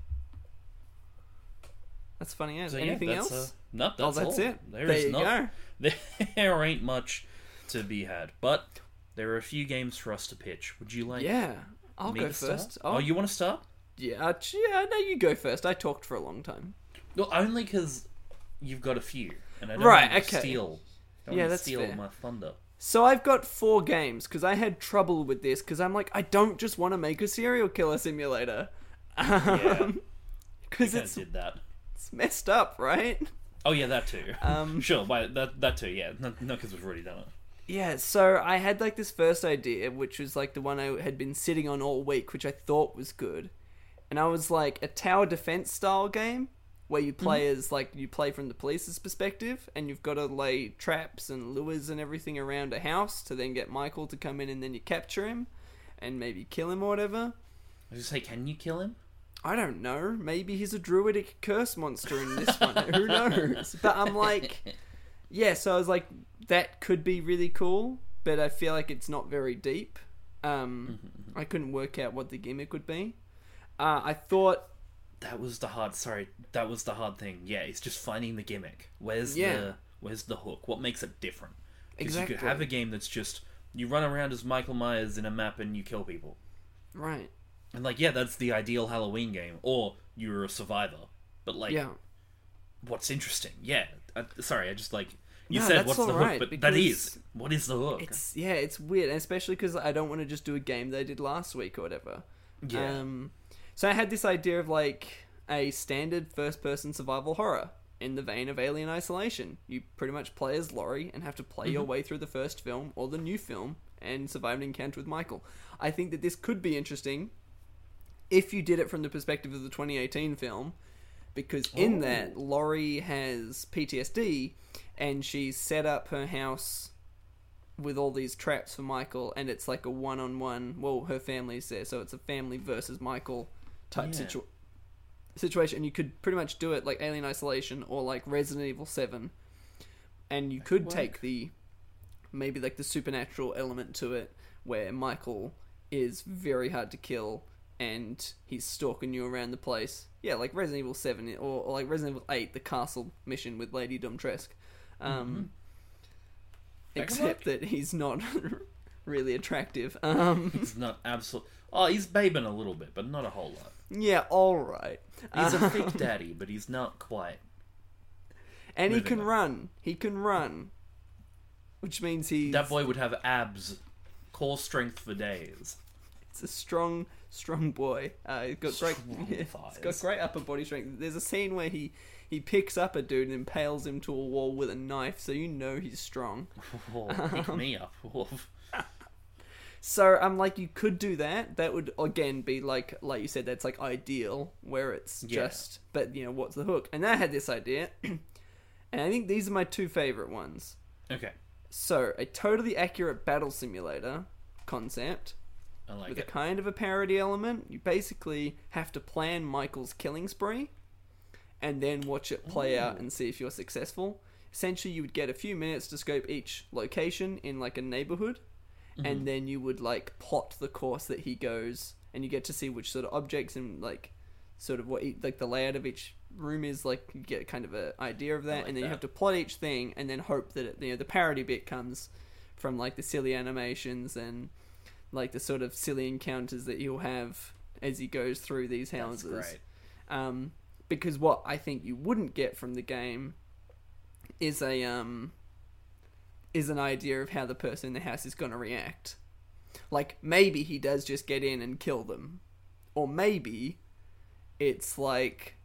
That's funny. As
So, yeah,
anything
that's,
else?
Uh, no, that's,
oh, that's
all.
it.
There
there
is
you
not.
go.
There ain't much to be had, but there are a few games for us to pitch. Would you like
Yeah, I'll
me
go
to start?
first.
Oh, you want to start?
yeah, uh, yeah. No, you go first. I talked for a long time.
Well, only because you've got a few, and I don't
Right,
want to
okay.
steal. I don't
Yeah,
want to
that's
steal
fair.
my thunder.
So I've got four games because I had trouble with this because I'm like I don't just want to make a serial killer simulator Um,
Yeah,
because
kind of
it's,
did that.
it's messed up, right?
Oh yeah, that too.
Um,
sure, but that that too. Yeah, not because we've already done it.
Yeah, so I had like this first idea, which was like the one I had been sitting on all week, which I thought was good. And I was like a tower defense style game where you play as like you play from the police's perspective and you've got to lay traps and lures and everything around a house to then get Michael to come in and then you capture him and maybe kill him or whatever.
I was gonna say, can you kill him?
I don't know. Maybe he's a druidic curse monster in this one. Who knows? But I'm like, yeah. So I was like, that could be really cool, but I feel like it's not very deep. Um, I couldn't work out what the gimmick would be. Uh, I thought,
That was the hard. Sorry, that was the hard thing. Yeah, it's just finding the gimmick. Where's
Yeah.
the where's the hook? What makes it different? Because you could
Exactly.
have a game that's just you run around as Michael Myers in a map and you kill people.
right?
And like, yeah, that's the ideal Halloween game. Or you're a survivor. But like,
Yeah.
what's interesting? Yeah. I, sorry, I just like you
No,
said
that's
what's the hook,
alright,
but that
because
is what is the hook?
It's yeah, it's weird, and especially because I don't want to just do a game they did last week or whatever.
Yeah.
Um, so I had this idea of like a standard first-person survival horror in the vein of Alien Isolation. You pretty much play as Laurie and have to play your way through the first film or the new film and survive an encounter with Michael. I think that this could be interesting if you did it from the perspective of the 2018 film, because in that Laurie has PTSD and she's set up her house with all these traps for Michael, and it's like a one on one. Well, her family's there, so it's a family versus Michael type
Yeah.
situ- situation. And you could pretty much do it like Alien Isolation or like Resident Evil 7. And you could take the maybe like the supernatural element to it, where Michael is very hard to kill and he's stalking you around the place. Yeah, like Resident Evil Seven or, or like Resident Evil Eight, the castle mission with Lady Dumtresk. Um,
Mm-hmm.
except that he's not really attractive. Um,
He's not absolute. Oh, he's babing a little bit, but not a whole lot.
yeah, all right.
He's a
Uh.
thick daddy, but he's not quite.
and he
moving
can
on.
run. He can run, which means he's
That boy would have abs, core strength for days.
It's a strong, strong boy. Uh, he's got great,
Strong
yeah, he's got
thighs.
great upper body strength. There's a scene where he he picks up a dude and impales him to a wall with a knife, so you know he's strong.
Oh, pick me up, wolf.
So I'm like, you could do that. That would again be like, like you said, that's like ideal, where it's
Yeah.
just, but you know, what's the hook? And I had this idea, and I think these are my two favorite ones.
Okay,
So a totally accurate battle simulator concept.
I like
with a
it.
kind of a parody element. You basically have to plan Michael's killing spree and then watch it play out and see if you're successful. Essentially, you would get a few minutes to scope each location in like a neighborhood,
Mm-hmm.
and then you would like plot the course that he goes, and you get to see which sort of objects and like sort of what e- like the layout of each room is like you get kind of a idea of that
like
and then you
that.
have to plot each thing and then hope that it, you know the parody bit comes from like the silly animations and like the sort of silly encounters that he'll have as he goes through these
That's
houses
great.
um, because what I think you wouldn't get from the game is a um, is an idea of how the person in the house is going to react. Like maybe he does just get in and kill them, or maybe it's like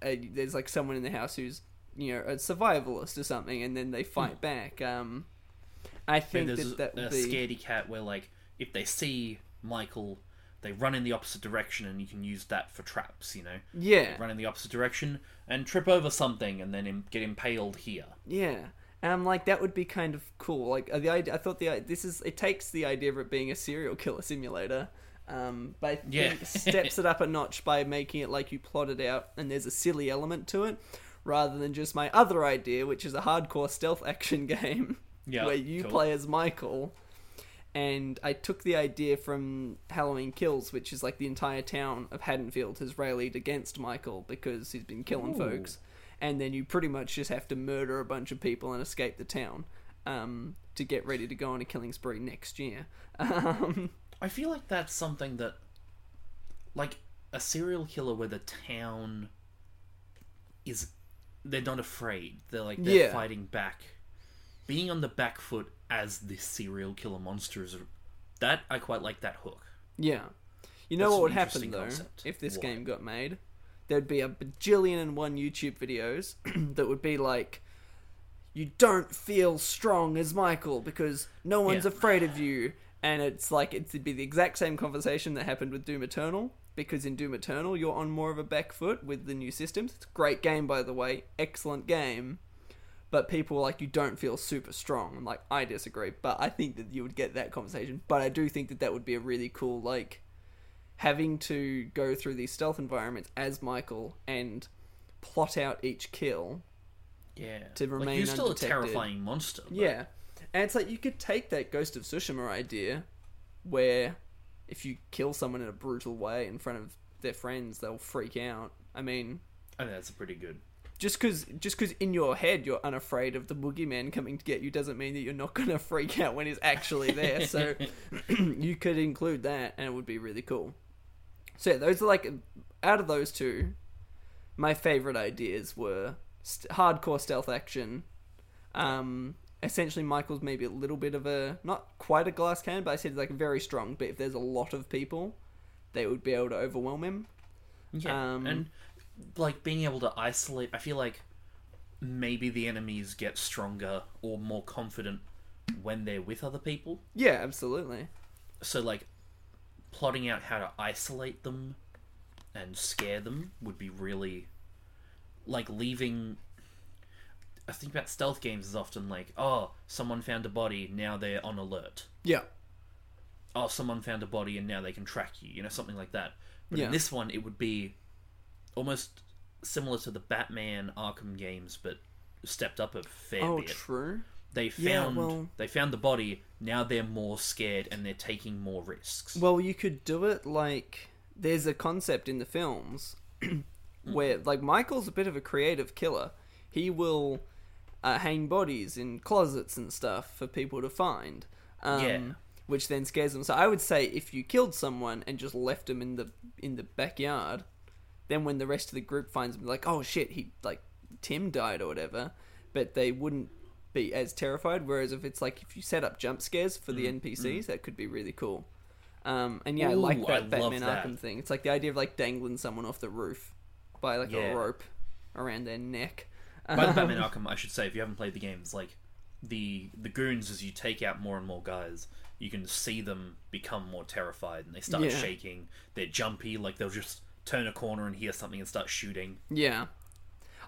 uh there's like someone in the house who's you know a survivalist or something, and then they fight back. Um, I
Hmm. And
think
there's
that that
a,
would
a
be
scaredy cat where, like, if they see Michael, they run in the opposite direction, and you can use that for traps. You know,
yeah
run in the opposite direction and trip over something, and then Im- get impaled here.
Yeah, and I'm like that would be kind of cool. Like uh, the idea, I thought the i- this is it takes the idea of it being a serial killer simulator, um, but I think
Yeah.
steps it up a notch by making it like you plot it out and there's a silly element to it, rather than just my other idea, which is a hardcore stealth action game
Yeah,
where you
cool.
play as Michael. And I took the idea from Halloween Kills, which is like the entire town of Haddonfield has rallied against Michael because he's been killing
Ooh.
folks and then you pretty much just have to murder a bunch of people and escape the town um, to get ready to go on a killing spree next year. Um,
I feel like that's something that, like, a serial killer where the town is, they're not afraid. They're like they're
Yeah.
fighting back. Being on the back foot as this serial killer monster is, that I quite like that hook.
yeah, you
That's
know what
an
would happen
interesting
though
concept.
if this
What?
game got made? There'd be a bajillion and one YouTube videos that would be like, "You don't feel strong as Michael because no one's
Yeah.
afraid of you," and it's like it'd be the exact same conversation that happened with Doom Eternal. Because in Doom Eternal, you're on more of a back foot with the new systems. It's a great game, by the way. Excellent game. but people were like, you don't feel super strong. I'm like, I disagree, but I think that you would get that conversation. But I do think that that would be a really cool, like, having to go through these stealth environments as Michael and plot out each kill.
Yeah,
To
like,
remain
you're still
undetected.
a terrifying monster. but
Yeah. And it's like, you could take that Ghost of Tsushima idea where if you kill someone in a brutal way in front of their friends, they'll freak out. I mean,
I think that's a pretty good.
just because just 'cause in your head you're unafraid of the boogeyman coming to get you doesn't mean that you're not going to freak out when he's actually there so you could include that and it would be really cool so yeah, those are like out of those two my favorite ideas were st- hardcore stealth action um essentially michael's maybe a little bit of a not quite a glass cannon but i said like very strong but if there's a lot of people they would be able to overwhelm him
Yeah,
Um,
and like being able to isolate. I feel like maybe the enemies get stronger or more confident when they're with other people.
yeah absolutely
so like plotting out how to isolate them and scare them would be really like leaving I think about stealth games is often like, oh, someone found a body, now they're on alert.
yeah
Oh, someone found a body and now they can track you, you know, something like that. But
Yeah.
in this one it would be almost similar to the Batman Arkham games but stepped up a fair
oh
bit
true
they
Yeah,
found
well-
they found the body. Now they're more scared and they're taking more risks.
Well, you could do it like there's a concept in the films where like Michael's a bit of a creative killer. He will uh, hang bodies in closets and stuff for people to find. Um,
Yeah.
Which then scares them. So I would say if you killed someone and just left them in the in the backyard, then when the rest of the group finds them, like, oh shit, he like Tim died or whatever, but they wouldn't be as terrified. Whereas if it's like if you set up jump scares for the NPCs, that could be really cool. Um, and yeah, I
Mm, Ooh,
like
I
that
love
Batman
that.
Arkham thing. It's like the idea of like dangling someone off the roof by like
Yeah.
a rope around their neck.
By the Batman Arkham, I should say, if you haven't played the games, like the the goons, as you take out more and more guys, you can see them become more terrified, and they start
Yeah.
shaking. They're jumpy, like they'll just turn a corner and hear something and start shooting.
Yeah.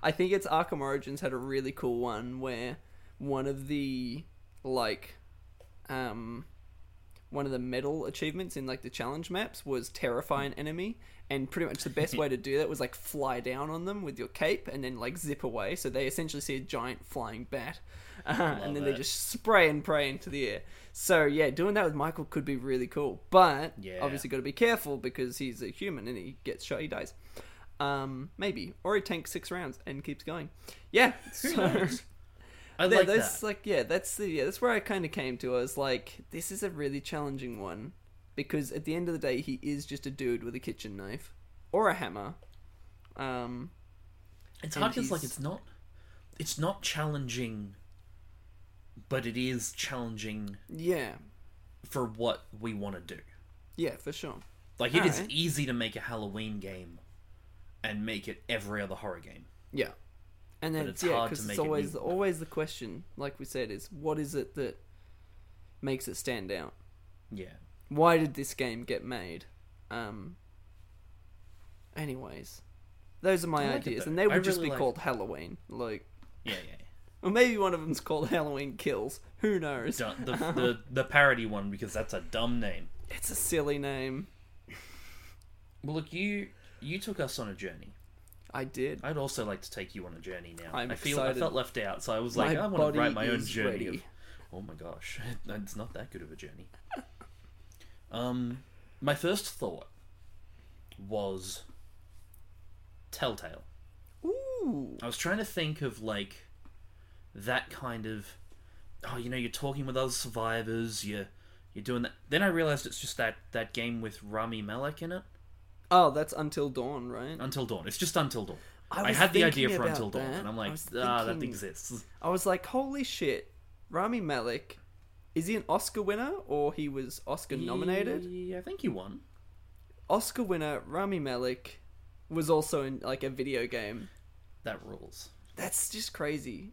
I think it's Arkham Origins had a really cool one where one of the like um one of the medal achievements in like the challenge maps was terrify an enemy and pretty much the best way to do that was like fly down on them with your cape and then like zip away so they essentially see a giant flying bat uh, and then they
that.
just spray and pray into the air so yeah doing that with michael could be really cool but
Yeah.
obviously got to be careful because he's a human and he gets shot he dies um, maybe, or he tanks six rounds and keeps going. Yeah, so
I
yeah,
like
that's
that.
like yeah, that's the yeah, that's where I kind of came to. I was like, this is a really challenging one because at the end of the day, he is just a dude with a kitchen knife or a hammer. Um,
It's
and
hard because like
he's-
it's not it's not challenging, but it is challenging
yeah,
for what we want to do.
yeah, for sure.
Like it is
Alright.
easy to make a Halloween game, and make it every other horror game.
Yeah, and then
But
it's,
it's
yeah,
hard
because
to
it's
make it
always
new.
always the question, like we said, is what is it that makes it stand out?
Yeah.
why did this game get made? Um. Anyways, those are my
I like it
ideas,
though.
and they would
I
just
really
be
like
called Halloween. Like,
Yeah, yeah.
or maybe one of them's called Halloween Kills. Who knows?
Du- the, the the parody one because that's a dumb name.
It's a silly name.
Well, look, you you took us on a journey.
I did.
I'd also like to take you on a journey now.
I'm
I feel I
excited.
felt left out, so I was like,
My
I want
body
to write my own
is
journey. Of,
ready.
oh my gosh, it's not that good of a journey. Um, my first thought was Telltale.
Ooh.
I was trying to think of like that kind of oh, you know, you're talking with other survivors, you're you're doing that. Then I realized it's just that that game with Rami Malek in it.
Oh, that's Until Dawn, right?
Until Dawn. It's just Until Dawn.
I
I,
was
had the idea
thinking
for
about
Until Dawn,
that.
and I'm
I
like,
was
ah, that
thinking-
exists.
I was like, holy shit, Rami Malek. Is he an Oscar winner or he was Oscar nominated?
Yeah, I think he won.
Oscar winner Rami Malek was also in like a video game.
That rules.
That's just crazy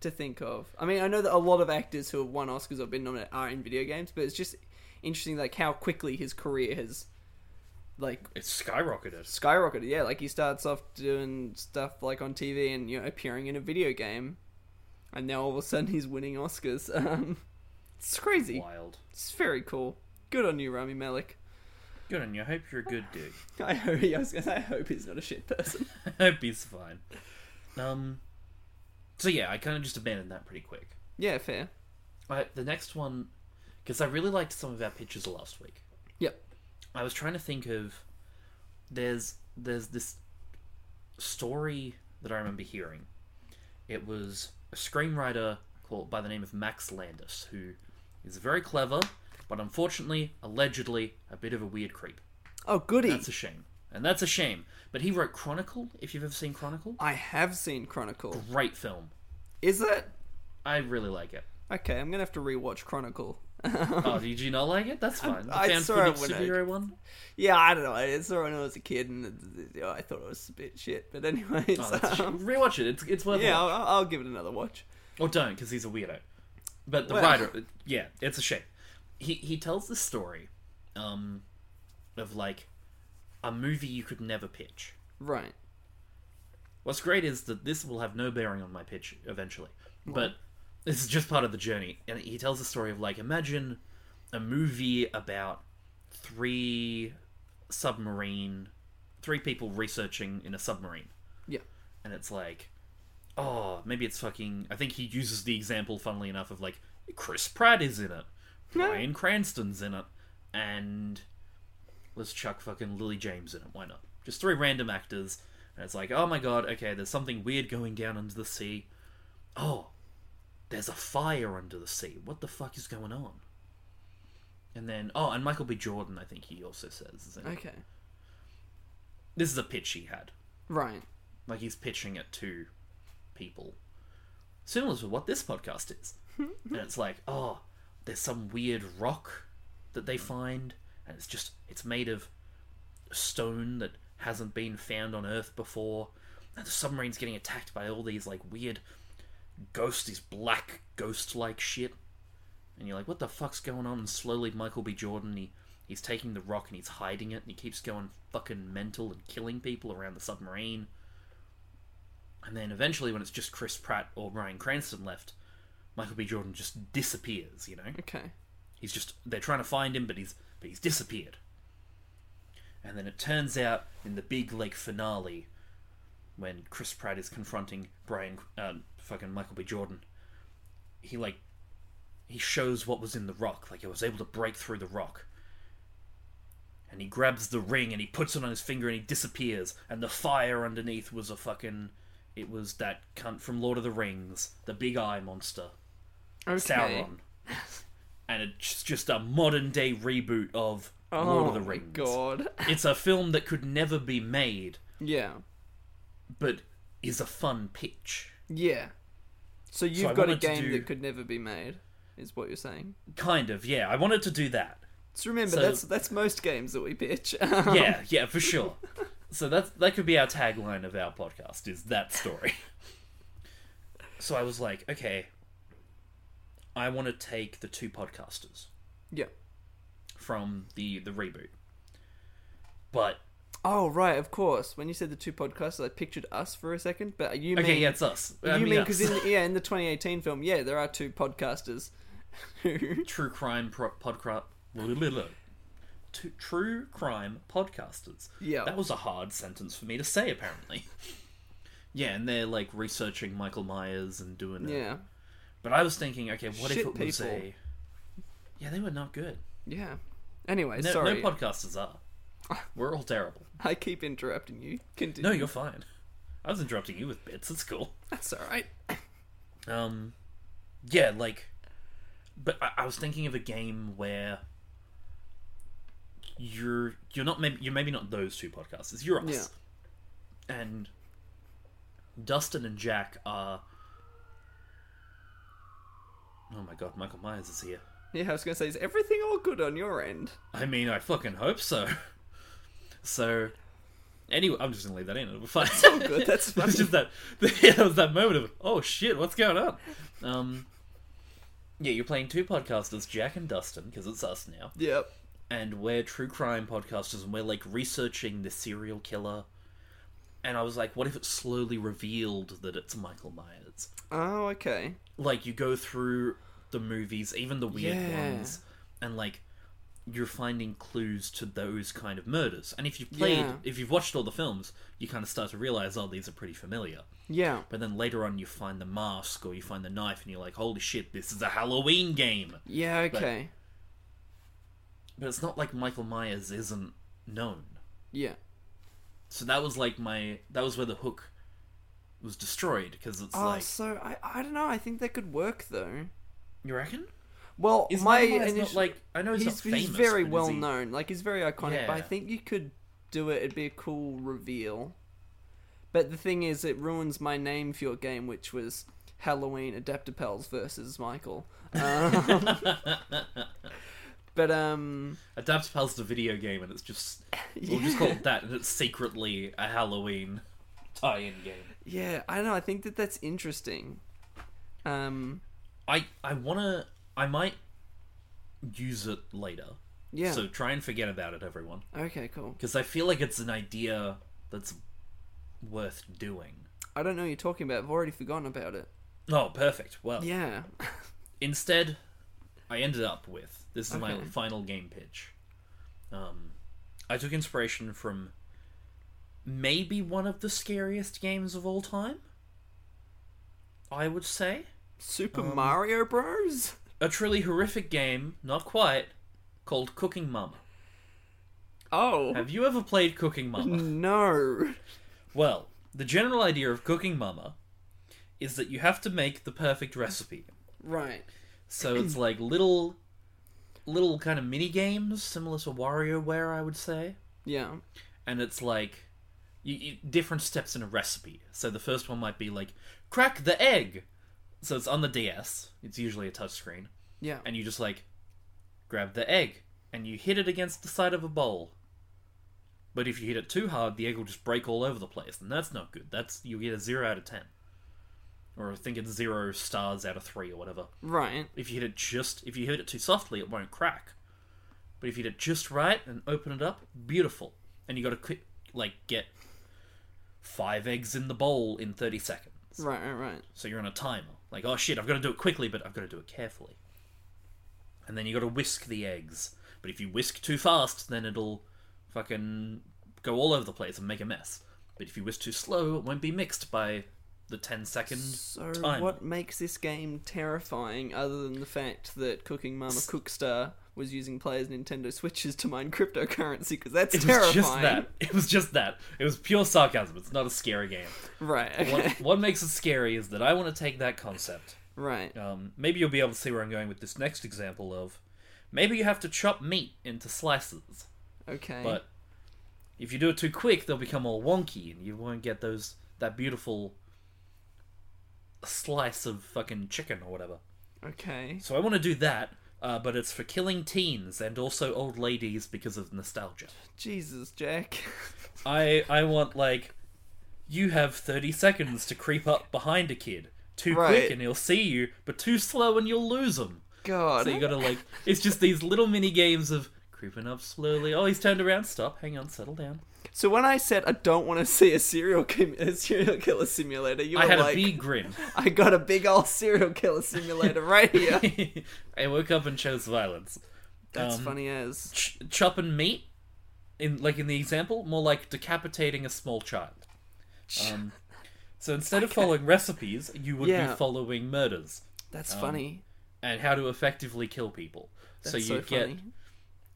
to think of. I mean, I know that a lot of actors who have won Oscars or been nominated are in video games, but it's just interesting, like how quickly his career has, like,
It's skyrocketed.
skyrocketed. Yeah, like he starts off doing stuff like on TV and you know appearing in a video game, and now all of a sudden he's winning Oscars. Um, it's crazy.
Wild.
It's very cool. Good on you, Rami Malek.
Good on you. I hope you're a good dude.
I hope I, was gonna say, I hope he's not a shit person.
I hope he's fine. Um. So yeah, I kind of just abandoned that pretty quick.
yeah, fair.
Alright, the next one, because I really liked some of our pictures last week.
Yep.
I was trying to think of there's there's this story that I remember hearing. It was a screenwriter called by the name of Max Landis, who is very clever, but unfortunately, allegedly, a bit of a weird creep.
Oh, goody.
That's a shame, and that's a shame. But he wrote Chronicle. If you've ever seen Chronicle,
I have seen Chronicle.
great film.
Is it?
I really like it.
Okay, I'm gonna have to rewatch Chronicle.
Oh, did you not like it? That's fine. The
I
found
saw it
footage
when I-
superhero one.
yeah, I don't know. I saw it when I was a kid, and it- it- I thought it was a bit shit. But anyways,
Oh, that's a shame.
um,
Rewatch it. It's it's worth.
yeah,
Yeah,
I'll, I'll give it another watch.
or don't because he's a weirdo. But the
Well-
writer, yeah, it's a shame. He he tells the story, um, of like a movie you could never pitch.
Right.
What's great is that this will have no bearing on my pitch eventually, but this is just part of the journey. And he tells the story of like imagine a movie about three submarine, three people researching in a submarine.
Yeah.
and it's like, oh, maybe it's fucking. I think he uses the example, funnily enough, of like Chris Pratt is in it, Brian Cranston's in it, and let's chuck fucking Lily James in it. Why not? Just three random actors, and it's like, oh my god, okay, there's something weird going down under the sea. oh, there's a fire under the sea. What the fuck is going on? And then, oh, and Michael B. Jordan, I think he also says. is in it.
Okay.
This is a pitch he had.
Right.
Like he's pitching it to people. Similar to what this podcast is. and it's like, oh, there's some weird rock that they find, and it's just, it's made of stone that hasn't been found on Earth before. And the submarine's getting attacked by all these, like, weird ghosts, these black ghost like shit. And you're like, what the fuck's going on? And slowly, Michael B. Jordan, he, he's taking the rock and he's hiding it, and he keeps going fucking mental and killing people around the submarine. And then eventually, when it's just Chris Pratt or Brian Cranston left, Michael B. Jordan just disappears. You know,
Okay.
he's just they're trying to find him, but he's but he's disappeared. And then it turns out in the big lake finale, when Chris Pratt is confronting Brian, um, fucking Michael B. Jordan, he like he shows what was in the rock. Like he was able to break through the rock. And he grabs the ring and he puts it on his finger and he disappears. And the fire underneath was a fucking. It was that cunt from Lord of the Rings, the big eye monster.
Okay.
Sauron. and it's just a modern day reboot of
Oh
Lord of the
my
Rings.
God.
It's a film that could never be made,
Yeah.
but is a fun pitch.
Yeah. So you've
I
got a
wanted to
game
do-
that could never be made, is what you're saying.
Kind of, yeah. I wanted to do that.
So remember,
So-
that's that's most games that we pitch.
Yeah, yeah, for sure. So that's that could be our tagline of our podcast is that story. So I was like, okay, I want to take the two podcasters
yeah.
from the the reboot. But
Oh right, of course. When you said the two podcasts, I pictured us for a second, but you mean
okay, yeah, it's us. I
you
mean
mean
us.
because in the, yeah in the 2018 film, yeah, there are two podcasters. who-
true crime pro- podcast. True crime podcasters.
Yeah.
That was a hard sentence for me to say, apparently. Yeah, and they're like researching Michael Myers and doing that.
yeah,
But I was thinking, okay, what if
Shit
it was
people.
a? Yeah, they were not good.
yeah. Anyway,
No,
sorry,
no podcasters are. We're all terrible.
I keep interrupting you. Continue.
No, you're fine. I was interrupting you with bits. It's cool.
That's all right.
Um, yeah, like, but I, I was thinking of a game where you're you're not maybe you're maybe not those two podcasters. You're us, and Dustin and Jack are. Oh my god, Michael Myers is here.
Yeah, I was gonna say, is everything all good on your end?
I mean, I fucking hope so. So, anyway, I'm just gonna leave that in. It'll be fine. It's
good, that's
it was just that. Yeah, that was that moment of oh shit, what's going on? Um, yeah, you're playing two podcasters, Jack and Dustin, because it's us now,
Yep.
and we're true crime podcasters, and we're like researching the serial killer. And I was like, what if it's slowly revealed that it's Michael Myers?
Oh, okay.
like you go through the movies, even the weird
Yeah.
ones, and like you're finding clues to those kind of murders. And if you've played,
Yeah.
if you've watched all the films, you kind of start to realize, oh, these are pretty familiar.
Yeah.
But then later on, you find the mask or you find the knife, and you're like, holy shit, this is a Halloween game.
Yeah. Okay.
But it's not like Michael Myers isn't known.
yeah.
So that was like my that was where the hook was destroyed because it's
Oh,
like
so I I don't know. I think that could work though.
you reckon
Well,
is
my
Michael Myers not
initial-
like I know he's,
he's,
not famous,
he's very
but is
well
he-
known. Like he's very iconic, but I
Yeah.
think you could do it. It'd be a cool reveal. But the thing is, it ruins my name for your game, which was Halloween Adaptapels versus Michael. Um, but um,
Adapt Pals to video game, and it's just we'll
yeah.
just call it that, and it's secretly a Halloween tie-in game.
yeah, I don't know. I think that that's interesting. Um,
I I wanna I might use it later,
yeah.
so try and forget about it, everyone,
okay, cool.
because I feel like it's an idea that's worth doing.
I don't know what you're talking about. I've already forgotten about it.
Oh, perfect. Well,
Yeah.
instead, I ended up with this is my
Okay.
final game pitch. Um, I took inspiration from maybe one of the scariest games of all time. I would say
Super
Um,
Mario Bros.
a truly horrific game, not quite, called Cooking Mama.
Oh
Have you ever played Cooking Mama?
no.
Well, the general idea of Cooking Mama is that you have to make the perfect recipe.
Right.
So it's like little, little kind of mini games similar to WarioWare, I would say.
Yeah.
and it's like you, you, different steps in a recipe. So the first one might be like crack the egg. So it's on the DS. It's usually a touchscreen,
Yeah.
and you just like grab the egg and you hit it against the side of a bowl. But if you hit it too hard, the egg will just break all over the place, and that's not good. That's you get a zero out of ten, or I think it's zero stars out of three or whatever.
Right.
If you hit it just if you hit it too softly, it won't crack. But if you hit it just right and open it up, beautiful. And you got to quick like get five eggs in the bowl in 30 seconds.
Right. Right. Right.
So you're on a timer. Like, oh shit, I've got to do it quickly, but I've got to do it carefully. And then you got to whisk the eggs. But if you whisk too fast, then it'll fucking go all over the place and make a mess. But if you whisk too slow, it won't be mixed by the 10 second
So
time.
what makes this game terrifying other than the fact that Cooking Mama Cookstar was using players' Nintendo Switches to mine cryptocurrency because that's
It
terrifying.
was just that. It was just that. It was pure sarcasm. It's not a scary game.
Right.
What,
Okay.
what makes it scary is that I want to take that concept.
Right.
Um, maybe you'll be able to see where I'm going with this next example of maybe you have to chop meat into slices,
Okay.
but if you do it too quick, they'll become all wonky and you won't get those that beautiful slice of fucking chicken or whatever.
okay.
So I want to do that, uh, but it's for killing teens and also old ladies because of nostalgia.
Jesus, Jack.
I I want like you have 30 seconds to creep up behind a kid. Too
Right.
quick and he'll see you, but too slow and you'll lose him.
God.
So you got to like it's just these little mini games of creeping up slowly. Oh, he's turned around. Stop. Hang on. Settle down.
So when I said I don't want to see a serial, kim- a serial killer simulator, you were
I had
like,
a big grin.
I got a big old serial killer simulator right here.
I woke up and chose violence.
That's
Um,
funny as.
Ch- chopping meat in like in the example, more like decapitating a small child. Um, so instead of following recipes, you would
Yeah.
be following murders.
That's funny.
and how to effectively kill people. um, so
That's
you get
funny.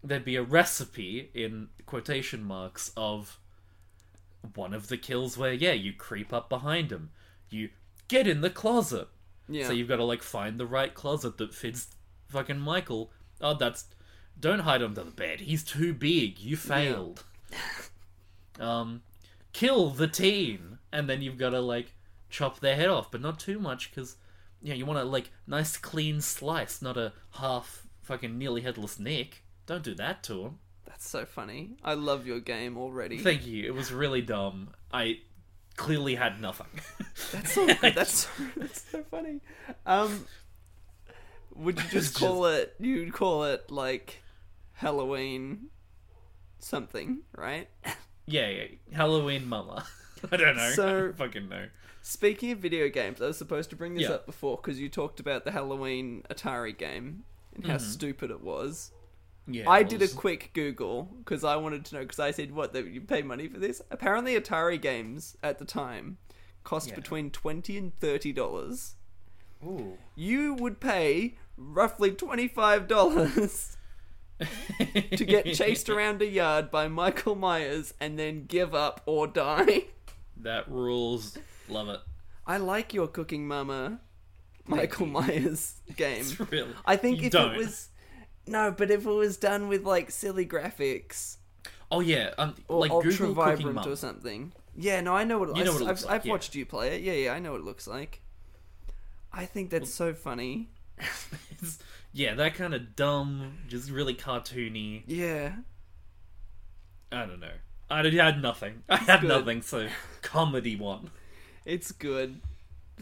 there'd be a recipe in quotation marks of one of the kills where yeah you creep up behind him, you get in the closet.
Yeah.
So you've got to like find the right closet that fits fucking Michael. Oh, that's don't hide under the bed. He's too big. You failed. um, kill the teen, and then you've got to like chop their head off, but not too much because you know you want a like nice clean slice, not a half fucking nearly headless neck. Don't do that to him.
That's so funny. I love your game already.
Thank you. It was really dumb. I clearly had nothing.
That's so good. That's so, that's so funny. Um, would you just
It's
call it? You'd call it like Halloween something, right?
yeah, yeah, Halloween mama. I don't know. I
So-
don't fucking know.
Speaking of video games, I was supposed to bring this
Yeah.
up before because you talked about the Halloween Atari game and how stupid it was.
Mm-hmm. Yeah,
I
it
did a
was-
quick Google because I wanted to know because I said, "What? That you pay money for this?" Apparently, Atari games at the time cost
Yeah.
between twenty and thirty dollars.
Ooh.
you would pay roughly $25 to get chased around a yard by Michael Myers and then give up or die.
That rules. Love it.
I like your Cooking Mama Michael Myers game.
It's really.
I think
you
if
don't.
it was. No, but if it was done with like silly graphics
Oh yeah, um,
or
like
ultra
Google Cooking
vibrant
Mum.
or something. Yeah, no, I know what it,
You know
I,
what it
have
looks like,
I've
yeah.
watched you play it. Yeah, yeah, I know what it looks like. I think that's so funny.
It's- yeah, that kind of dumb, just really cartoony.
Yeah.
I don't know. I did- had nothing. I had
good.
nothing. So comedy one.
It's good.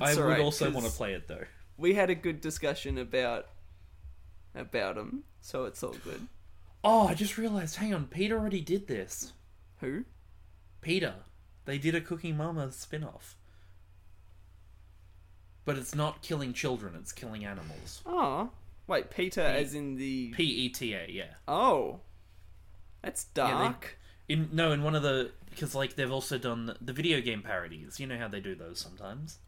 I
It's
would
alright,
also
'cause-
want to play it though.
we had a good discussion about about them, so it's all good.
Oh, I just realized. Hang on, Peter already did this.
Who?
Peter, they did a Cooking Mama spin-off. But it's not killing children; it's killing animals.
Oh, wait, Peter, as in the
P E T A. Yeah.
oh, that's
they-
dark.
In no, in one of the because like they've also done the video game parodies. You know how they do those sometimes.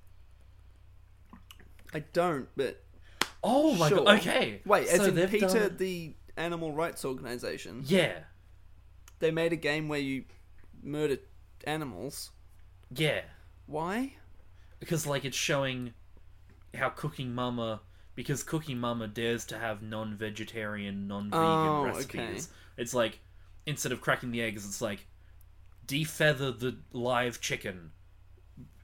I don't, but
Oh my
sure.
god! Okay,
Wait, as
so
in
they've
Peter,
done-
the animal rights organization,
Yeah,
they made a game where you murder animals.
yeah.
Why?
because like it's showing how Cooking Mama because Cooking Mama dares to have non-vegetarian, non-vegan
Oh,
recipes.
okay.
It's like instead of cracking the eggs, it's like defeather the live chicken,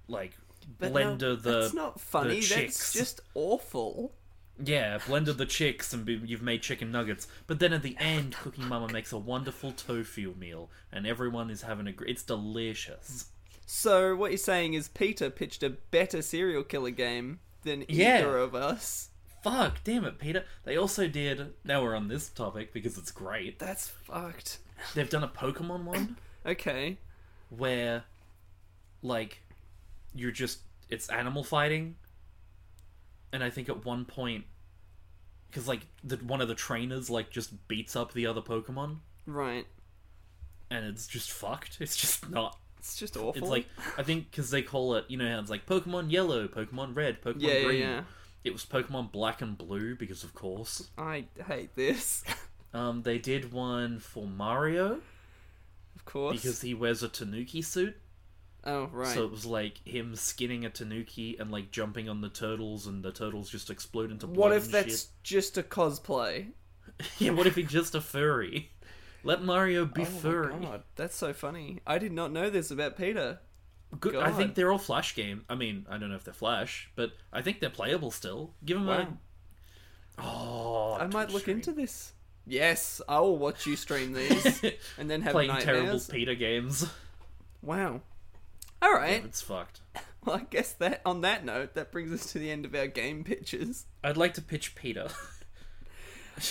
like
But
blender
no,
the
That's not funny.
chicks.
That's just awful.
yeah, blender the chicks and be, you've made chicken nuggets. But then at the end, Cooking Mama makes a wonderful tofu meal, and everyone is having a. gr- It's delicious.
So what you're saying is Peter pitched a better serial killer game than
Yeah.
either of us.
Fuck, damn it, Peter. They also did. Now we're on this topic because it's great.
That's fucked.
They've done a Pokemon one
Okay.
where, like, you're just. It's animal fighting. And I think at one point. Because, like, the, one of the trainers, like, just beats up the other Pokemon.
Right.
And it's just fucked. It's just not.
It's just awful.
It's like. I think because they call it. You know how it's like Pokemon yellow, Pokemon red, Pokemon
yeah, yeah,
green.
yeah.
It was Pokemon black and blue because, of course.
I hate this.
Um, they did one for Mario
of course.
because he wears a Tanuki suit.
oh right.
So it was like him skinning a Tanuki and like jumping on the turtles, and the turtles just explode into blood.
what if
and
that's just a cosplay?
shit. yeah? What if he's just a furry? Let Mario be
Oh my
furry.
God, that's so funny. I did not know this about Peter.
Good. I think
God.
they're all Flash game. I mean, I don't know if they're Flash, but I think they're playable still. Give them
Wow.
a. Oh,
I might
Twitch
look
stream.
into this. Yes, I will watch you stream these and then have
playing terrible
nightmares.
Peter games.
Wow. All right.
it's fucked.
Well, I guess that on that note, that brings us to the end of our game pitches.
I'd like to pitch Peter.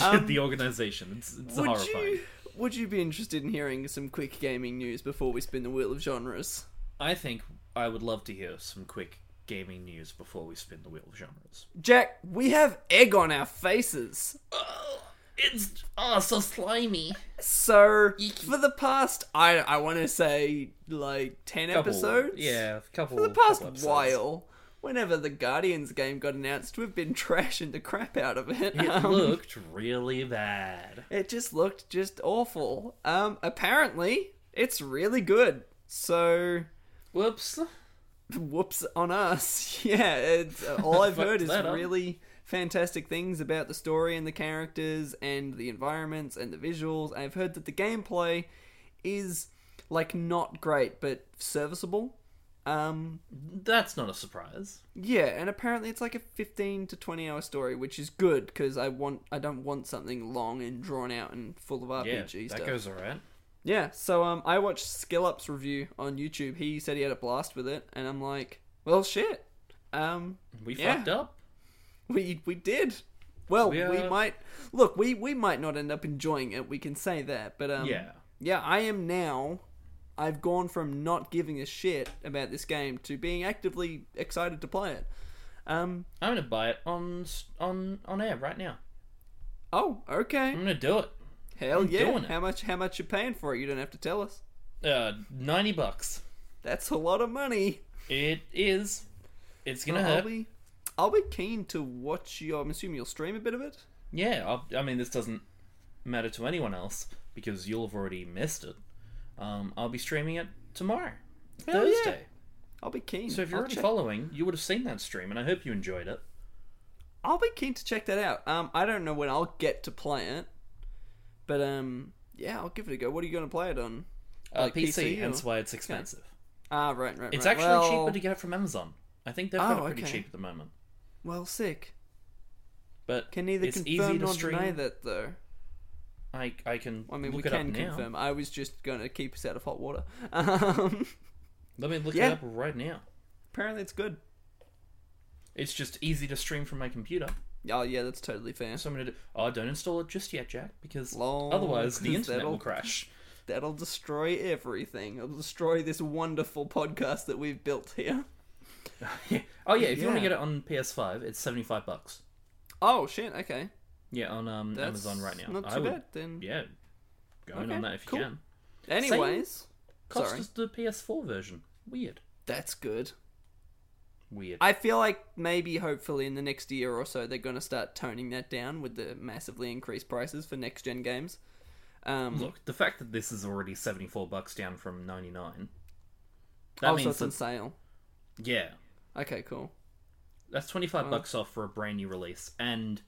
Um,
the organization. It's, it's
would
horrifying.
you would you be interested in hearing some quick gaming news before we spin the wheel of genres?
I think I would love to hear some quick gaming news before we spin the wheel of genres.
Jack, we have egg on our faces.
It's oh so slimy.
So for the past, I I want to say like ten episodes.
yeah, a couple.
For the past
couple episodes.
while, whenever the Guardians game got announced, we've been trashing the crap out of it.
it
Um,
looked really bad.
It just looked just awful. Um, apparently, it's really good. So,
Whoops.
whoops on us. Yeah, it's, uh, all I've
Fucked
heard is
that up.
really fantastic things about the story and the characters and the environments and the visuals. I've heard that the gameplay is like not great but serviceable. Um,
That's not a surprise.
yeah, and apparently it's like a 15 to 20 hour story, which is good because I want I don't want something long and drawn out and full of
Yeah,
RPG
that
stuff.
goes alright.
Yeah, so um, I watched Skill Up's review on YouTube. He said he had a blast with it, and I'm like, well, shit. Um,
We
Yeah.
fucked up.
we we did. Well, we,
We, uh,
might look. We we might not end up enjoying it. We can say that, but um,
Yeah.
yeah. I am now. I've gone from not giving a shit about this game to being actively excited to play it. Um.
I'm gonna buy it on s- on on air right now.
Oh, okay.
I'm gonna do it.
Hell yeah.
Hmm, doing it.
How much? How much you paying for it? You don't have to tell us.
Uh, ninety bucks.
That's a lot of money.
It is. It's gonna
I'll
hurt.
be, I'll be keen to watch you. I'm assuming you'll stream a bit of it.
Yeah, I'll, I mean, this doesn't matter to anyone else because you'll have already missed it. Um, I'll be streaming it tomorrow,
Hell Oh, yeah.
Thursday.
I'll be keen.
So if you're
I'll
already
check-
following, you would have seen that stream, and I hope you enjoyed it.
I'll be keen to check that out. Um, I don't know when I'll get to play it, but um, yeah, I'll give it a go. What are you going to play it on?
Uh,
Like
PC,
PC or-
hence why it's expensive.
Ah, right, right.
It's
right.
actually
well,
cheaper to get it from Amazon. I think they've got
Oh,
it pretty
okay.
cheap at the moment.
Well, sick.
But
Can neither
it's easy
confirm
to
nor
stream.
deny that, though.
I I can
I mean,
look
we
it up
can
now.
confirm. I was just going to keep us out of hot water. Um,
Let me look
Yeah.
it up right now.
apparently, it's good.
It's just easy to stream from my computer.
Oh yeah, that's totally fair.
So I'm gonna do. Oh, don't install it just yet, Jack, because
Lol,
otherwise the
'cause
internet
that'll-
will crash.
That'll destroy everything. It'll destroy this wonderful podcast that we've built here.
Yeah. Oh yeah, if you want to
Yeah.
get it on PS5, it's seventy five bucks.
Oh shit! Okay,
Yeah, on um,
That's
Amazon right now.
Not too
I would,
bad then.
Yeah, go in
Okay,
on that if
cool.
you can.
Anyways,
Cost
Sorry.
us the PS4 version. Weird.
that's good.
Weird.
I feel like maybe, hopefully, in the next year or so, they're going to start toning that down with the massively increased prices for next gen games. Um,
Look, the fact that this is already seventy four bucks down from ninety nine. That
oh, so
means
it's on
that,
sale.
yeah,
Okay, cool.
That's
Oh.
25 bucks off for a brand new release, and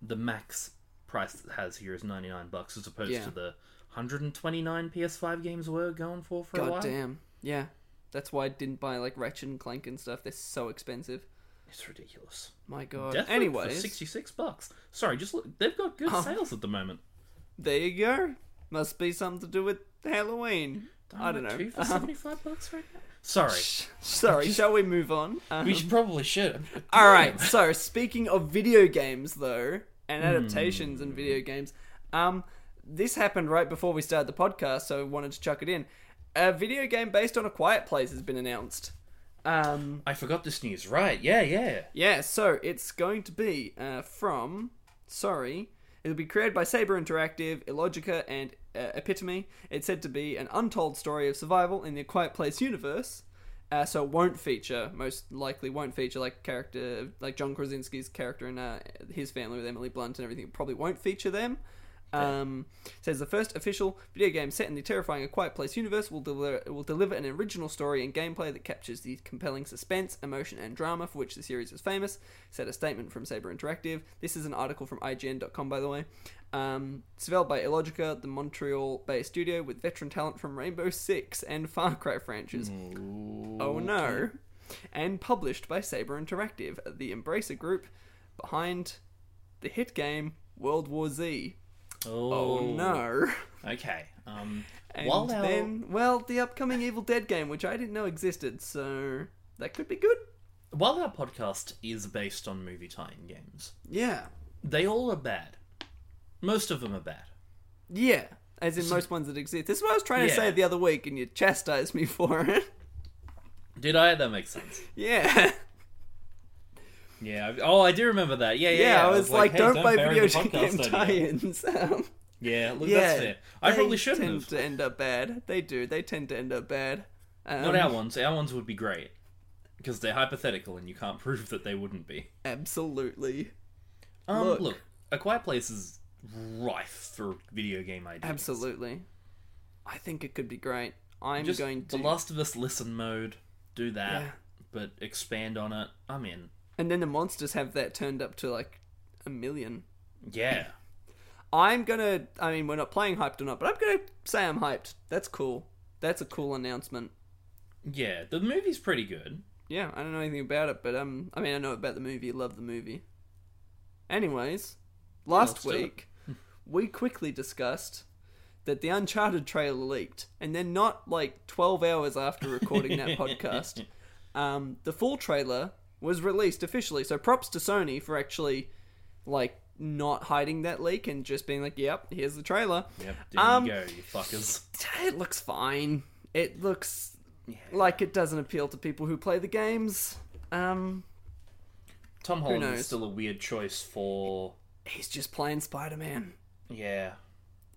the max price it has here is 99 bucks as opposed
Yeah.
to the 129 PS5 games were going for for a while.
God damn. Yeah. That's why I didn't buy like Ratchet and Clank and stuff. They're so expensive.
It's ridiculous.
My god.
Deathloop for
Anyways, Oh.
66 bucks. Sorry, just look, they've got good sales at the moment.
there you go. Must be something to do with Halloween. I don't
Two
know.
for
Uh-huh.
75 bucks right now. Sorry.
Sorry, shall we move on? Um,
We should probably should.
All right. So speaking of video games, though, and adaptations and video games, um, this happened right before we started the podcast, so wanted to chuck it in. A video game based on A Quiet Place has been announced. Um,
I forgot this news. Right. Yeah, yeah.
yeah. So it's going to be uh, from. Sorry. It'll be created by Saber Interactive, Illogica, and uh, Epitome. It's said to be an untold story of survival in the A Quiet Place universe. Uh, so it won't feature, most likely won't feature like character like John Krasinski's character and uh, his family with Emily Blunt and everything. It probably won't feature them. Um, says the first official video game set in the terrifying A Quiet Place universe will deliver will deliver an original story and gameplay that captures the compelling suspense, emotion, and drama for which the series is famous. Said a statement from Saber Interactive. This is an article from IGN.com, by the way. Um, it's developed by Illogica, the Montreal-based studio with veteran talent from Rainbow Six and Far Cry franchises.
Mm,
Oh no. And published by Saber Interactive, the Embracer Group, behind the hit game World War Z.
Oh,
Oh, no.
Okay. Um,
And
while our-
then, well, the upcoming Evil Dead game, which I didn't know existed, so that could be good.
while our podcast is based on movie tie-in games,
Yeah.
they all are bad. Most of them are bad.
Yeah. As in most ones that exist. This is what I was trying to
Yeah.
say the other week, and you chastised me for it.
Did I? That makes sense.
yeah.
Yeah. I- Oh, I do remember that. Yeah, yeah.
Yeah,
yeah.
I was, like,
hey,
don't, buy
bury
video
the
game
podcast
tie
idea.
ins. Um,
Yeah, look,
yeah,
that's fair. I
they
probably shouldn't
tend
have.
to end up bad. They do. They tend to end up bad. Um,
Not our ones. Our ones would be great because they're hypothetical and you can't prove that they wouldn't be.
Absolutely.
Um,
Look.
look. A Quiet Place is rife for video game ideas.
Absolutely. I think it could be great. I'm
Just
going to.
The Last of Us listen mode. Do that,
Yeah.
but expand on it. I'm in.
and then the monsters have that turned up to like a million.
Yeah.
I'm gonna. I mean, we're not playing hyped or not, but I'm gonna say I'm hyped. That's cool. That's a cool announcement.
Yeah, the movie's pretty good.
Yeah, I don't know anything about it, but um, I mean, I know about the movie. Love the movie. Anyways,
let's
last
do it.
week we quickly discussed that the Uncharted trailer leaked, and then not like twelve hours after recording that podcast, um, the full trailer was released officially. So props to Sony for actually like not hiding that leak and just being like, "Yep, here's the trailer."
Yep, there
Um,
you go, you fuckers.
It looks fine. It looks like it doesn't appeal to people who play the games. Um,
Tom Holland
knows?
is still a weird choice for.
he's just playing Spider Man.
Yeah.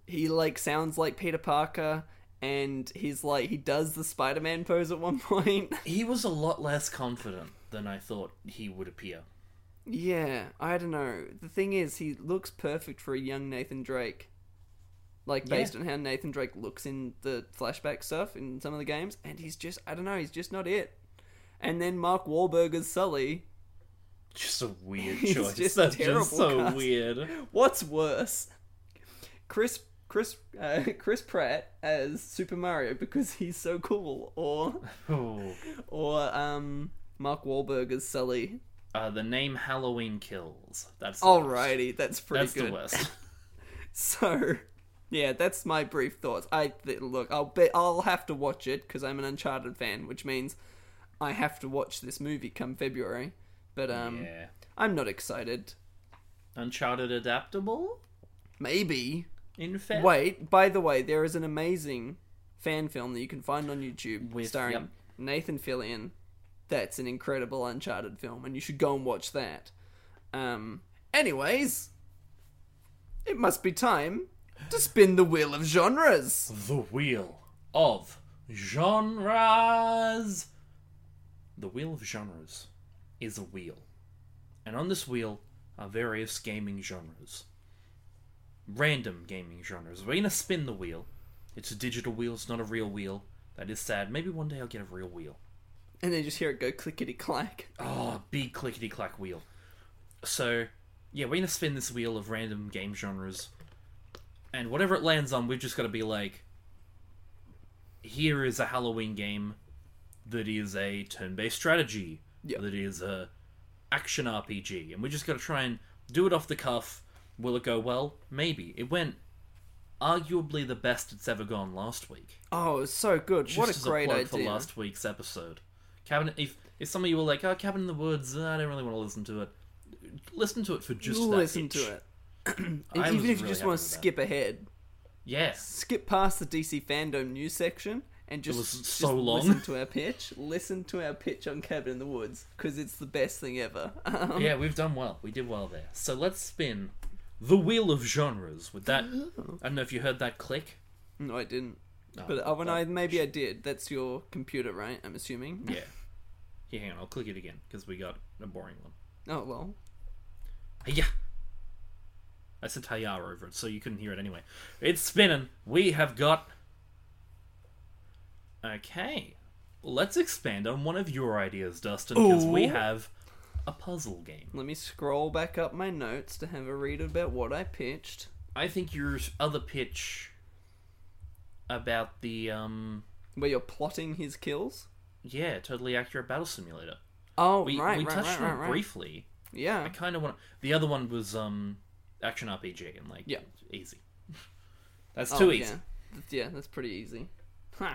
He like sounds like Peter Parker, and he's like he does the Spider Man pose at one point.
He was a lot less confident than I thought he would appear.
yeah, I don't know. The thing is, he looks perfect for a young Nathan Drake. Like based on how Nathan Drake looks in the flashback stuff in some of the games, and he's just I don't know, he's just not it. And then Mark Wahlberg as Sully.
Just a weird
He's
choice.
just
That's
terrible
just so
cast.
weird.
What's worse, Chris Chris uh, Chris Pratt as Super Mario because he's so cool, or
Oh.
or um Mark Wahlberg as Sully?
Uh, the name Halloween Kills. That's the worst.
Alrighty, that's pretty
That's
Oh, good.
the worst.
So, yeah, that's my brief thoughts. I th- look, I'll be, I'll have to watch it because I'm an Uncharted fan, which means I have to watch this movie come February. But um,
yeah.
I'm not excited.
Uncharted Adaptable?
Maybe
In fact.
Wait, by the way, there is an amazing fan film that you can find on YouTube
With-
starring
yep.
Nathan Fillion. That's an incredible Uncharted film, and you should go and watch that. Um, anyways, it must be time to spin the wheel of genres.
The Wheel of Genres. The Wheel of Genres is a wheel. And on this wheel are various gaming genres. Random gaming genres. We're going to spin the wheel. It's a digital wheel, it's not a real wheel. That is sad. Maybe one day I'll get a real wheel.
and then just hear it go clickety clack.
Oh, big clickety clack wheel. So, yeah, we're gonna spin this wheel of random game genres, and whatever it lands on, we've just gotta be like, here is a Halloween game that is a turn-based strategy,
Yeah.
that is a action RPG, and we just gotta try and do it off the cuff. Will it go well? Maybe it went. Arguably the best it's ever gone last week.
Oh, it's so good!
Just
what a
as
great
a plug
idea!
for last week's episode. Cabin. If if some of you were like, "Oh, Cabin in the Woods," uh, I don't really want to listen to it. Listen to it for just that
listen
itch.
to it,
I was
even if you
really happy
just want
with
to
that.
skip ahead,
Yes,
skip past the DC fandom news section and just,
was
just
so long.
listen to our pitch. Listen to our pitch on Cabin in the Woods because it's the best thing ever. Um,
yeah, we've done well. We did well there. So let's spin the wheel of genres with that.
Oh.
I don't know if you heard that click.
No, I didn't.
No,
But uh, when
that-
I maybe I did. That's your computer, right? I'm assuming.
yeah. Here, hang on. I'll click it again because we got a boring one.
Oh well.
Yeah. I said Tayar over it, so you couldn't hear it anyway. It's spinning. We have got. Okay. Let's expand on one of your ideas, Dustin, because we
Ooh.
have a puzzle game.
Let me scroll back up my notes to have a read about what I pitched.
I think your other pitch about the, um.
Where you're plotting his kills.
Yeah, totally accurate battle simulator.
Oh
We,
right,
we
right,
touched
right,
on
right,
it
right.
briefly.
Yeah.
I kind of want. The other one was um, action RPG and like
Yeah.
easy. That's
Oh,
too easy.
Yeah. That's- yeah, that's pretty easy. Huh.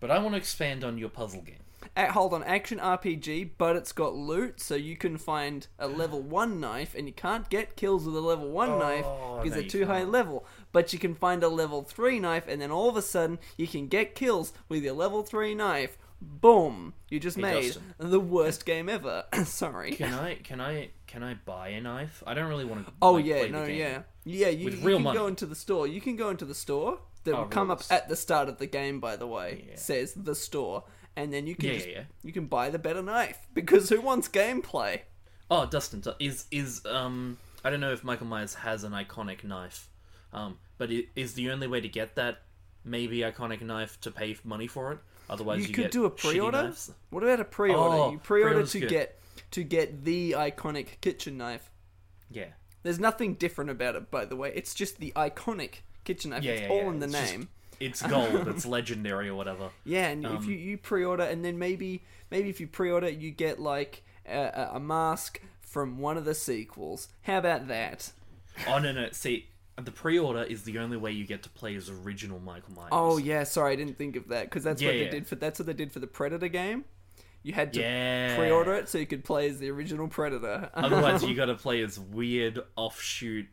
But I want to expand on your puzzle game.
Uh, hold on, action RPG, but it's got loot, so you can find a level one knife, and you can't get kills with a level one knife
Oh, no,
because they're
you
too high
can't.
level. But you can find a level three knife, and then all of a sudden you can get kills with your level three knife. Boom! You just made
Dustin.
the worst game ever. Sorry.
Can I can I can I buy a knife? I don't really want to.
Oh
like,
yeah,
play the
no,
game.
yeah, yeah. You,
With
you
real
can
money.
go into the store. You can go into the store that
Oh,
will come up
rules.
at the start of the game. By the way,
Yeah.
says the store, and then you can
Yeah,
just,
yeah, yeah.
you can buy the better knife because who wants gameplay?
Oh, Dustin so is is um. I don't know if Michael Myers has an iconic knife, um. But i- is the only way to get that maybe iconic knife to pay money for it? Otherwise, you,
you could
get
do a
shitty
pre-order.
knives.
What about a pre-order?
Oh,
you pre-order
pre-order's
to
good.
get to get the iconic kitchen knife.
Yeah,
There's nothing different about it, by the way. It's just the iconic kitchen knife.
yeah,
it's
yeah.
all
yeah.
in the
it's just-
name.
it's gold. it's legendary or whatever.
Yeah, and
Um,
if you, you pre-order, and then maybe maybe if you pre-order, you get like a, a- a mask from one of the sequels. How about that?
Oh no, no. See, the pre-order is the only way you get to play as original Michael Myers.
Oh yeah, sorry, I didn't think of that because that's what
Yeah,
they
yeah.
did for that's what they did for the Predator game. You had to
yeah.
pre-order it so you could play as the original Predator.
Otherwise, you got to play as weird offshoot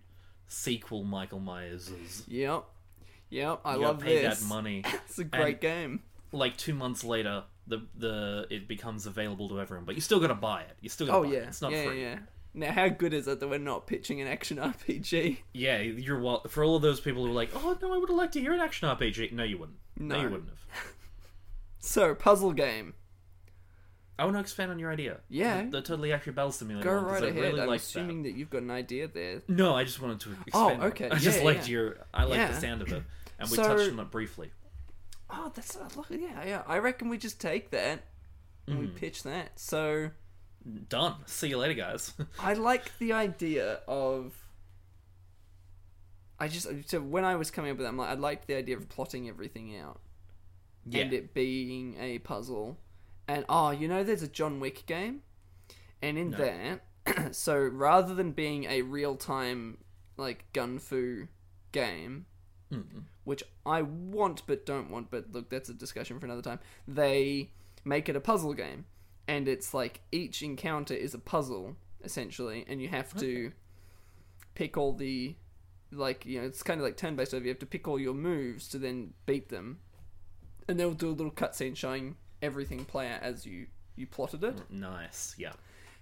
sequel Michael Myerses.
yep, yep, I
You gotta
love
pay
this.
that money.
It's a great
And-
game.
Like two months later, the the it becomes available to everyone, but you still got to buy it. You still got to
Oh
buy
yeah,
it. It's not
yeah,
free.
yeah. Now, how good is it that we're not pitching an action RPG?
Yeah, you're well for all of those people who are like, oh no, I would have liked to hear an action RPG. No, you wouldn't. No,
No.
you wouldn't have.
So, puzzle game.
I want to expand on your idea.
Yeah.
the, the totally accurate battle simulator.
Go
one, 'cause
right
I
ahead.
Really
I'm
liked that.
assuming that. you've got an idea there.
No, I just wanted to expand.
Oh,
on it.
okay.
I just
Yeah,
liked
yeah.
your. I liked
Yeah.
the sound of it, and we
So-
touched on it briefly.
Oh, that's uh, look, yeah, yeah. I reckon we just take that and we pitch that. So
Done. See you later, guys.
I like the idea of. I just so when I was coming up with that, I'm like, I liked the idea of plotting everything out
yeah.
and it being a puzzle. And oh, you know, there's a John Wick game, and in that, so rather than being a real time like gun fu game,
Mhm.
which I want but don't want, but look, that's a discussion for another time. They make it a puzzle game, and it's like each encounter is a puzzle essentially, and you have to pick all the like you know it's kind of like turn based over. You have to pick all your moves to then beat them, and they'll do a little cutscene showing everything play out as you you plotted it.
Nice. Yeah.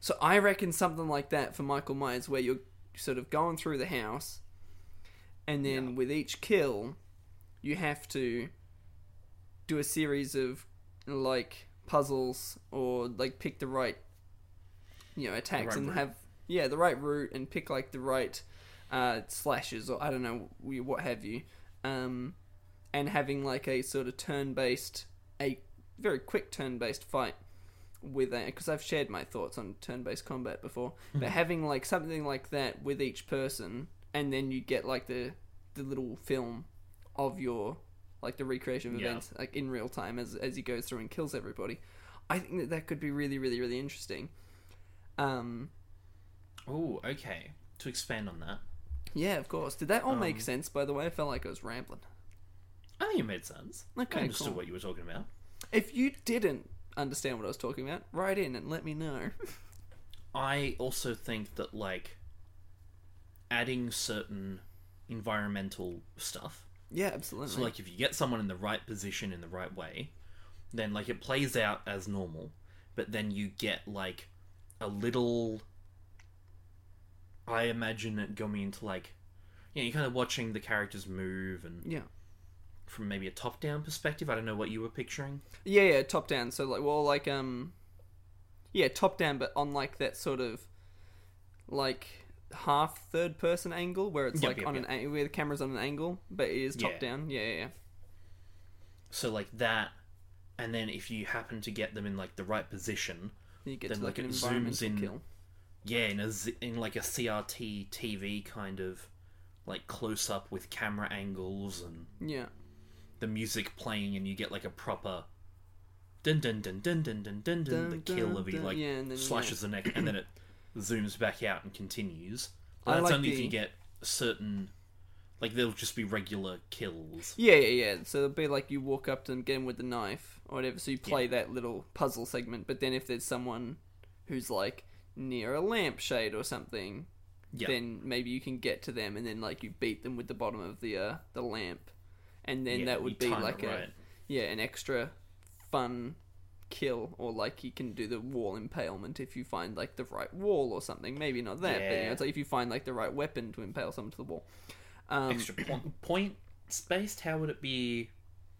So I reckon something like that for Michael Myers, where you're sort of going through the house, and then with each kill, you have to do a series of like puzzles or like pick the right, you know, attacks
right
and
route.
have yeah the right route and pick like the right uh, slashes or I don't know we- what have you, um, and having like a sort of turn based a very quick turn based fight with that because I've shared my thoughts on turn-based combat before, but having like something like that with each person, and then you get like the the little film of your like the recreation of
Yeah.
events like in real time as as he goes through and kills everybody. I think that that could be really, really, really interesting. Um,
Oh, okay. To expand on that,
yeah, of course. Did that all make sense? By the way, I felt like I was rambling.
I think it made sense.
Okay,
I understood
cool.
what you were talking about.
If you didn't understand what I was talking about, write in and let me know.
I also think that like adding certain environmental stuff.
yeah, absolutely.
So like if you get someone in the right position in the right way, then like it plays out as normal, but then you get like a little I imagine it going into like you know, you're kind of watching the characters move and
yeah.
from maybe a top down perspective. I don't know what you were picturing.
Yeah, yeah, top down. So like, well, like, um, yeah, top down, but on like that sort of like half third person angle where it's
Yep,
like
yep,
on an an where the camera's on an angle, but it is top
Yeah.
down. Yeah, yeah, yeah.
So like that and then if you happen to get them in like the right position,
Then you get
Then,
to like,
like,
an
it zooms
environmental
in.
kill.
yeah, in a z- in like a CRT TV kind of like close up with camera angles and
Yeah,
the music playing and you get like a proper dun dun dun dun dun dun dun
Dun,
dun the kill
dun,
of he
dun.
like
Yeah, and then,
slashes the neck and then it zooms back out and continues. But
I
that's
like
only if
the-
you get certain like they'll just be regular kills.
yeah, yeah, yeah. So it'll be like you walk up to them, get them with the knife or whatever. So you play that little puzzle segment, but then if there's someone who's like near a lampshade or something,
Yeah.
then maybe you can get to them and then like you beat them with the bottom of the uh, the lamp and then
Yeah,
that
you
would be
time it
like a
right.
yeah an extra fun kill or like you can do the wall impalement if you find like the right wall or something maybe not that but you know,
Yeah.
it's like if you find like the right weapon to impale someone to the wall um,
Extra point point spaced, how would it be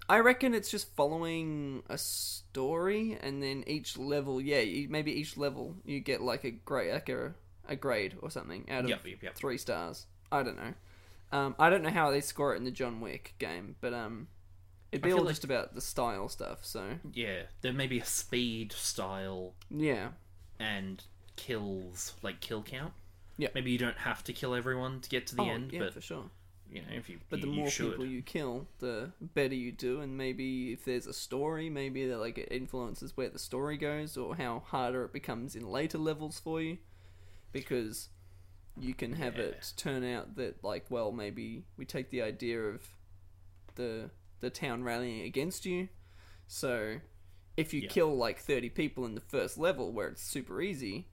I reckon it's just following a story, and then each level, yeah, you, maybe each level you get like a grade, like a, a grade or something out of
Yep, yep, yep.
three stars. I don't know. Um, I don't know how they score it in the John Wick game, but um, it'd
I
be all
feel like-
just about the style stuff. So
yeah, there may be a speed style
yeah,
and kills like kill count.
Yeah.
Maybe you don't have to kill everyone to get to the
Oh,
end,
yeah,
but
for sure.
you know, if you
But
you,
the
you
more
should.
people you kill, the better you do, and maybe if there's a story, maybe that like it influences where the story goes or how harder it becomes in later levels for you, because you can have it turn out that like well maybe we take the idea of the the town rallying against you, so if you
Yeah.
kill like thirty people in the first level where it's super easy,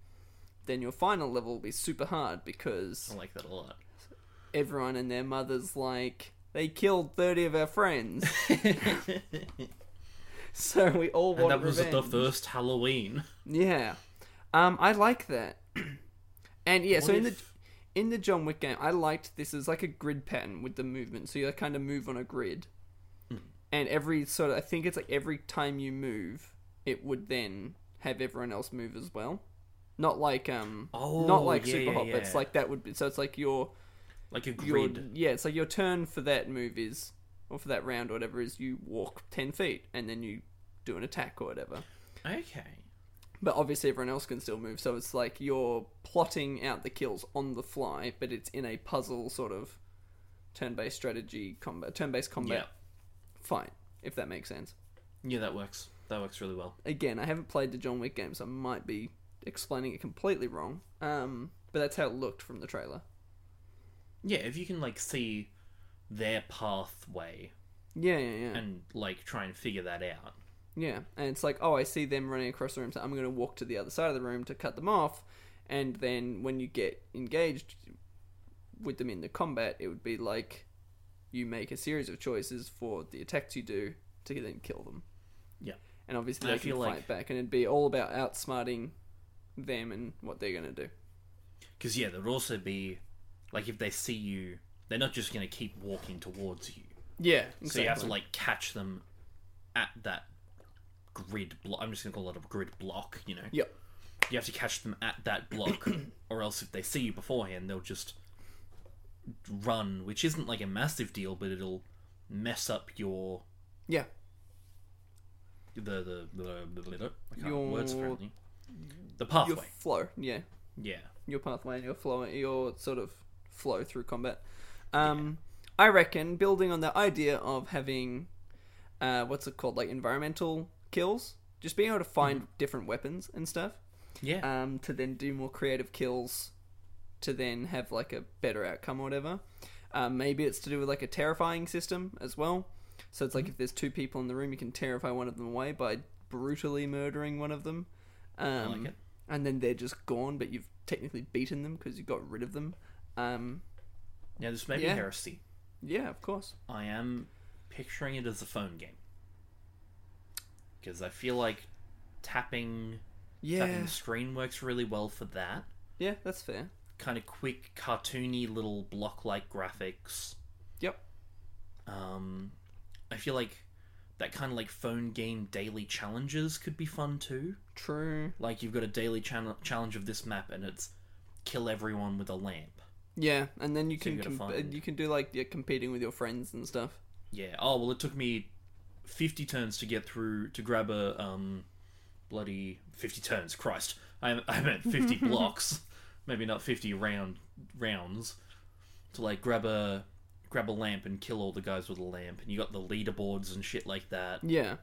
then your final level will be super hard because
I like that a lot.
everyone and their mothers like they killed 30 of our friends so we all
And
want
that was the
revenge.
first Halloween.
yeah um i like that and yeah so
What
in the
if-
in the john wick game i liked this as like a grid pattern with the movement so you like, kind of move on a grid
Hmm.
and every sort of i think it's like every time you move it would then have everyone else move as well not like um
Oh,
not like
yeah,
super
yeah,
hop it's
yeah.
like that would be so it's like your
Like a
your,
grid.
yeah, it's like your turn for that move is, or for that round or whatever, is you walk 10 feet and then you do an attack or whatever.
Okay.
But obviously, everyone else can still move, so it's like you're plotting out the kills on the fly, but it's in a puzzle sort of turn based strategy combat, turn based combat
Yeah.
fight, if that makes sense.
Yeah, that works. That works really well.
Again, I haven't played the John Wick game, so I might be explaining it completely wrong, um, but that's how it looked from the trailer.
Yeah, if you can like see their pathway
Yeah, yeah, yeah.
and like try and figure that out.
Yeah, and it's like, oh, I see them running across the room, so I'm going to walk to the other side of the room to cut them off. And then when you get engaged with them in the combat, it would be like you make a series of choices for the attacks you do to then kill them.
Yeah.
And obviously
I
they can
feel
fight
like-
back, and it'd be all about outsmarting them and what they're going to do.
Because yeah, there'd also be like if they see you, they're not just gonna keep walking towards you.
Yeah, exactly.
So you have to like catch them at that grid block. I'm just gonna call it a grid block. You know,
Yep.
you have to catch them at that block, or else if they see you beforehand, they'll just run, which isn't like a massive deal, but it'll mess up your
Yeah.
the the the, the, the I can't
Your-
words fail me. The
Your
pathway.
flow, yeah.
Yeah.
your pathway and your flow, your sort of flow through combat. Um, I reckon building on the idea of having, uh, what's it called, like environmental kills, just being able to find
Mm-hmm.
different weapons and stuff,
Yeah.
um, to then do more creative kills, to then have like a better outcome or whatever. Um, maybe it's to do with like a terrifying system as well. So it's
Mm-hmm.
like if there's two people in the room, you can terrify one of them away by brutally murdering one of them. Um,
like it.
And then they're just gone, but you've technically beaten them because you got rid of them. Um,
now this may be
yeah.
heresy.
yeah, of course.
I am picturing it as a phone game. Because I feel like tapping tapping
Yeah,
the screen works really well for that.
yeah, that's fair.
Kind of quick, cartoony little block like graphics.
Yep.
Um, I feel like that kind of like phone game daily challenges could be fun too.
True.
Like you've got a daily channel challenge of this map, and it's kill everyone with a lamp.
Yeah, and then you
So you
can
gotta
comp-
find-
you can do like yeah, competing with your friends and stuff.
Yeah. Oh well, it took me fifty turns to get through to grab a um bloody fifty turns. Christ, I I meant fifty blocks, maybe not fifty round rounds to like grab a grab a lamp and kill all the guys with a lamp. And you got the leaderboards and shit like that.
Yeah,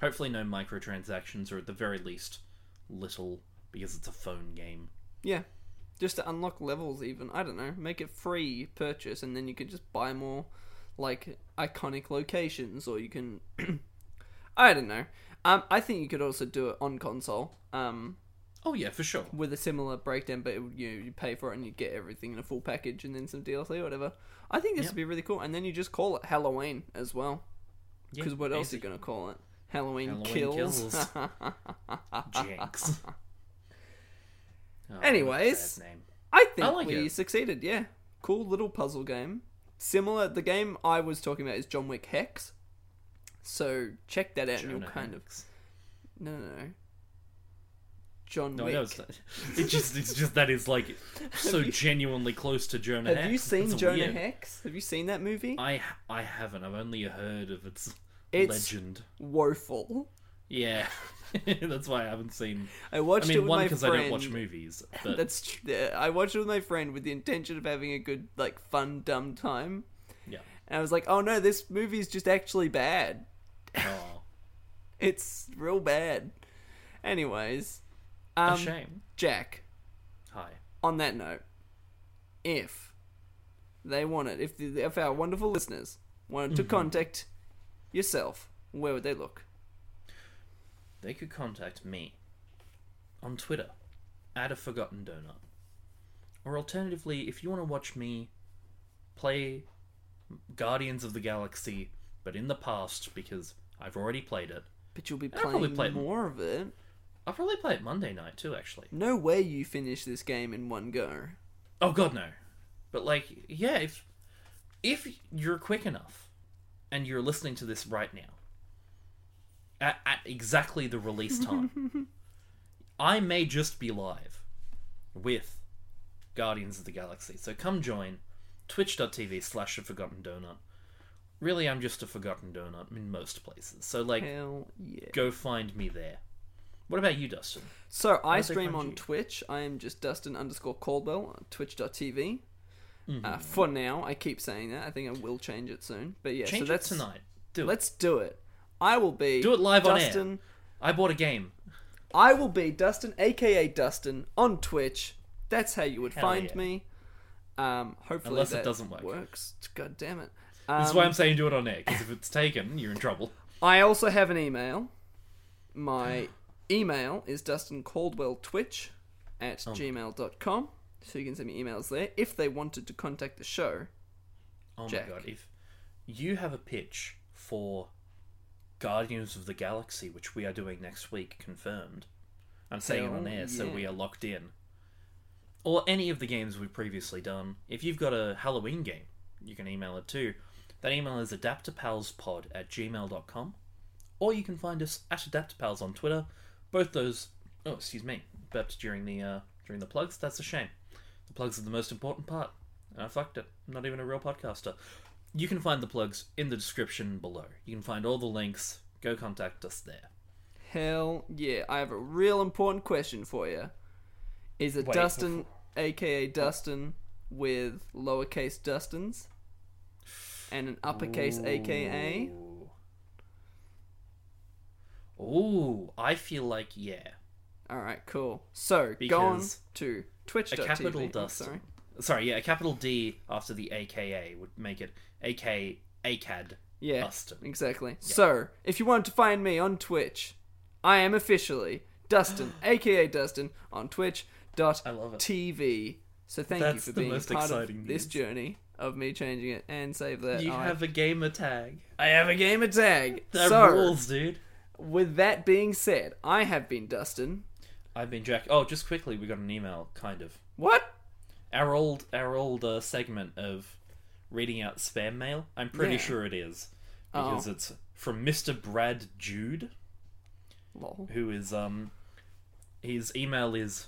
Hopefully, no microtransactions, or at the very least, little, because it's a phone game.
Yeah. Just to unlock levels, even. I don't know. Make it free purchase, and then you can just buy more, like, iconic locations, or you can. I don't know. Um, I think you could also do it on console um,
Oh yeah, for sure.
with a similar breakdown, but it, would- you you pay for it and you get everything in a full package and then some DLC or whatever. I think this
Yep.
would be really cool. And then you just call it Halloween as well.
Yeah,
Because what else are
easy.
you going to call it? Halloween,
Halloween
kills.
kills. Jinx. Oh,
Anyways.
sad name.
I think
I like
we
it.
succeeded. Yeah, cool little puzzle game. Similar, the game I was talking about is John Wick Hex. So check that out, and
Jonah
you'll kind of
Hex.
no, no, no. John
No,
Wick.
no, it's not. It just, it's just that is like so genuinely close to Jonah.
Have
Hex.
you seen
It's
Jonah
weird.
Hex? Have you seen that movie?
I, I haven't. I've only heard of its,
It's-
legend.
Woeful.
Yeah, that's why I haven't seen.
I
I
watched it
mean,
with
one
my
because
friend.
I don't watch movies, but
That's tr- yeah, I watched it with my friend with the intention of having a good, like, fun, dumb time.
yeah.
And I was like, oh no, this movie's just actually bad.
Oh,
It's real bad. Anyways,
a
um,
shame.
Jack,
Hi.
on that note, if they want it, if, the, if our wonderful listeners wanted to
Mm-hmm.
contact yourself, where would they look?
they could contact me on Twitter at a forgotten donut. Or alternatively, if you want to watch me play Guardians of the Galaxy, but in the past because I've already played it.
But you'll be
I'll probably
playing
play it-
more of it.
I'll probably play it Monday night too, actually.
No way you finish this game in one go.
Oh god no. But like, yeah, if if you're quick enough and you're listening to this right now at, at exactly the release time, I may just be live with Guardians of the Galaxy. So come join twitch.tv slash a forgotten donut. Really I'm just a forgotten donut in most places. So like
Hell yeah.
go find me there. What about you, Dustin?
So I
they
stream
find
on
you?
Twitch. I am just Dustin underscore Caldwell on twitch.tv.
Mm-hmm.
Uh, for now, I keep saying that. I think I will change it soon. But yeah,
Change
so that's
it tonight. Do it.
Let's do it. I will be
Do it live on air.
Dustin,
I bought a game.
I will be Dustin, aka Dustin, on Twitch. That's how you would
Hell
find
yeah.
me. Um, hopefully
Unless it
that
doesn't work.
Works. God damn it.
That's
Um,
why I'm saying do it on air, because if it's taken, you're in trouble.
I also have an email. My email is Dustin Caldwell Twitch at
Oh
gmail.com. So you can send me emails there if they wanted to contact the show.
Oh
Jack.
my god, if you have a pitch for Guardians of the Galaxy, which we are doing next week, confirmed. I'm saying it on
Hell
air, so
yeah.
we are locked in. Or any of the games we've previously done. If you've got a Halloween game, you can email it too. That email is adapterpalspod at gmail.com. Or you can find us at adapterpals on Twitter. Both those oh excuse me, burped during the uh, during the plugs, that's a shame. The plugs are the most important part. And I fucked it. I'm not even a real podcaster. You can find the plugs in the description below. You can find all the links. Go contact us there.
Hell yeah. I have a real important question for you. Is it
Wait,
Dustin, aka Dustin, with lowercase Dustins and an uppercase aka?
Ooh. Ooh, I feel like yeah.
Alright, cool. So, go on
Because
to Twitch.
A capital Dustin.
Oh, Sorry.
Sorry, yeah, a capital D after the AKA would make it AK ACAD
Yeah.
Dustin.
Exactly. So, if you want to find me on Twitch, I am officially Dustin, aka Dustin, on Twitch. Dot
I love it.
TV. So thank
That's
you for
the
being
most
part
exciting
of this
news.
journey of me changing it and save that.
You
I,
have a gamer tag.
I have a gamer tag.
That
so,
rules, dude.
with that being said, I have been Dustin.
I've been Jack. Oh, just quickly, we got an email, kind of.
What?
Our old, our old uh, segment of reading out spam mail. I'm pretty
Yeah.
sure it is because it's from Mr. Brad Jude,
Lol.
who is um, his email is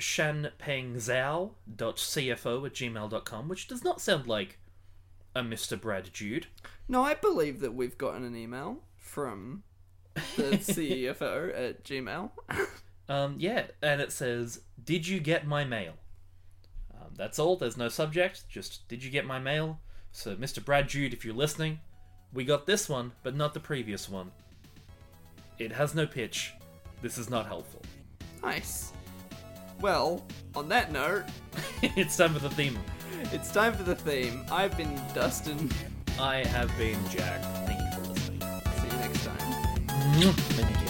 shanpengzao.cfo at gmail.com, which does not sound like a Mr. Brad Jude.
No, I believe that we've gotten an email from the CFO at Gmail.
Um, yeah, and it says, "Did you get my mail?" Um, that's all. There's no subject. Just, "Did you get my mail?" So, Mr. Brad Jude, if you're listening, we got this one, but not the previous one. It has no pitch. This is not helpful.
Nice. Well, on that note,
it's time for the theme.
it's time for the theme. I've been Dustin.
I have been Jack. Thank you for listening.
See you next time.
Thank you.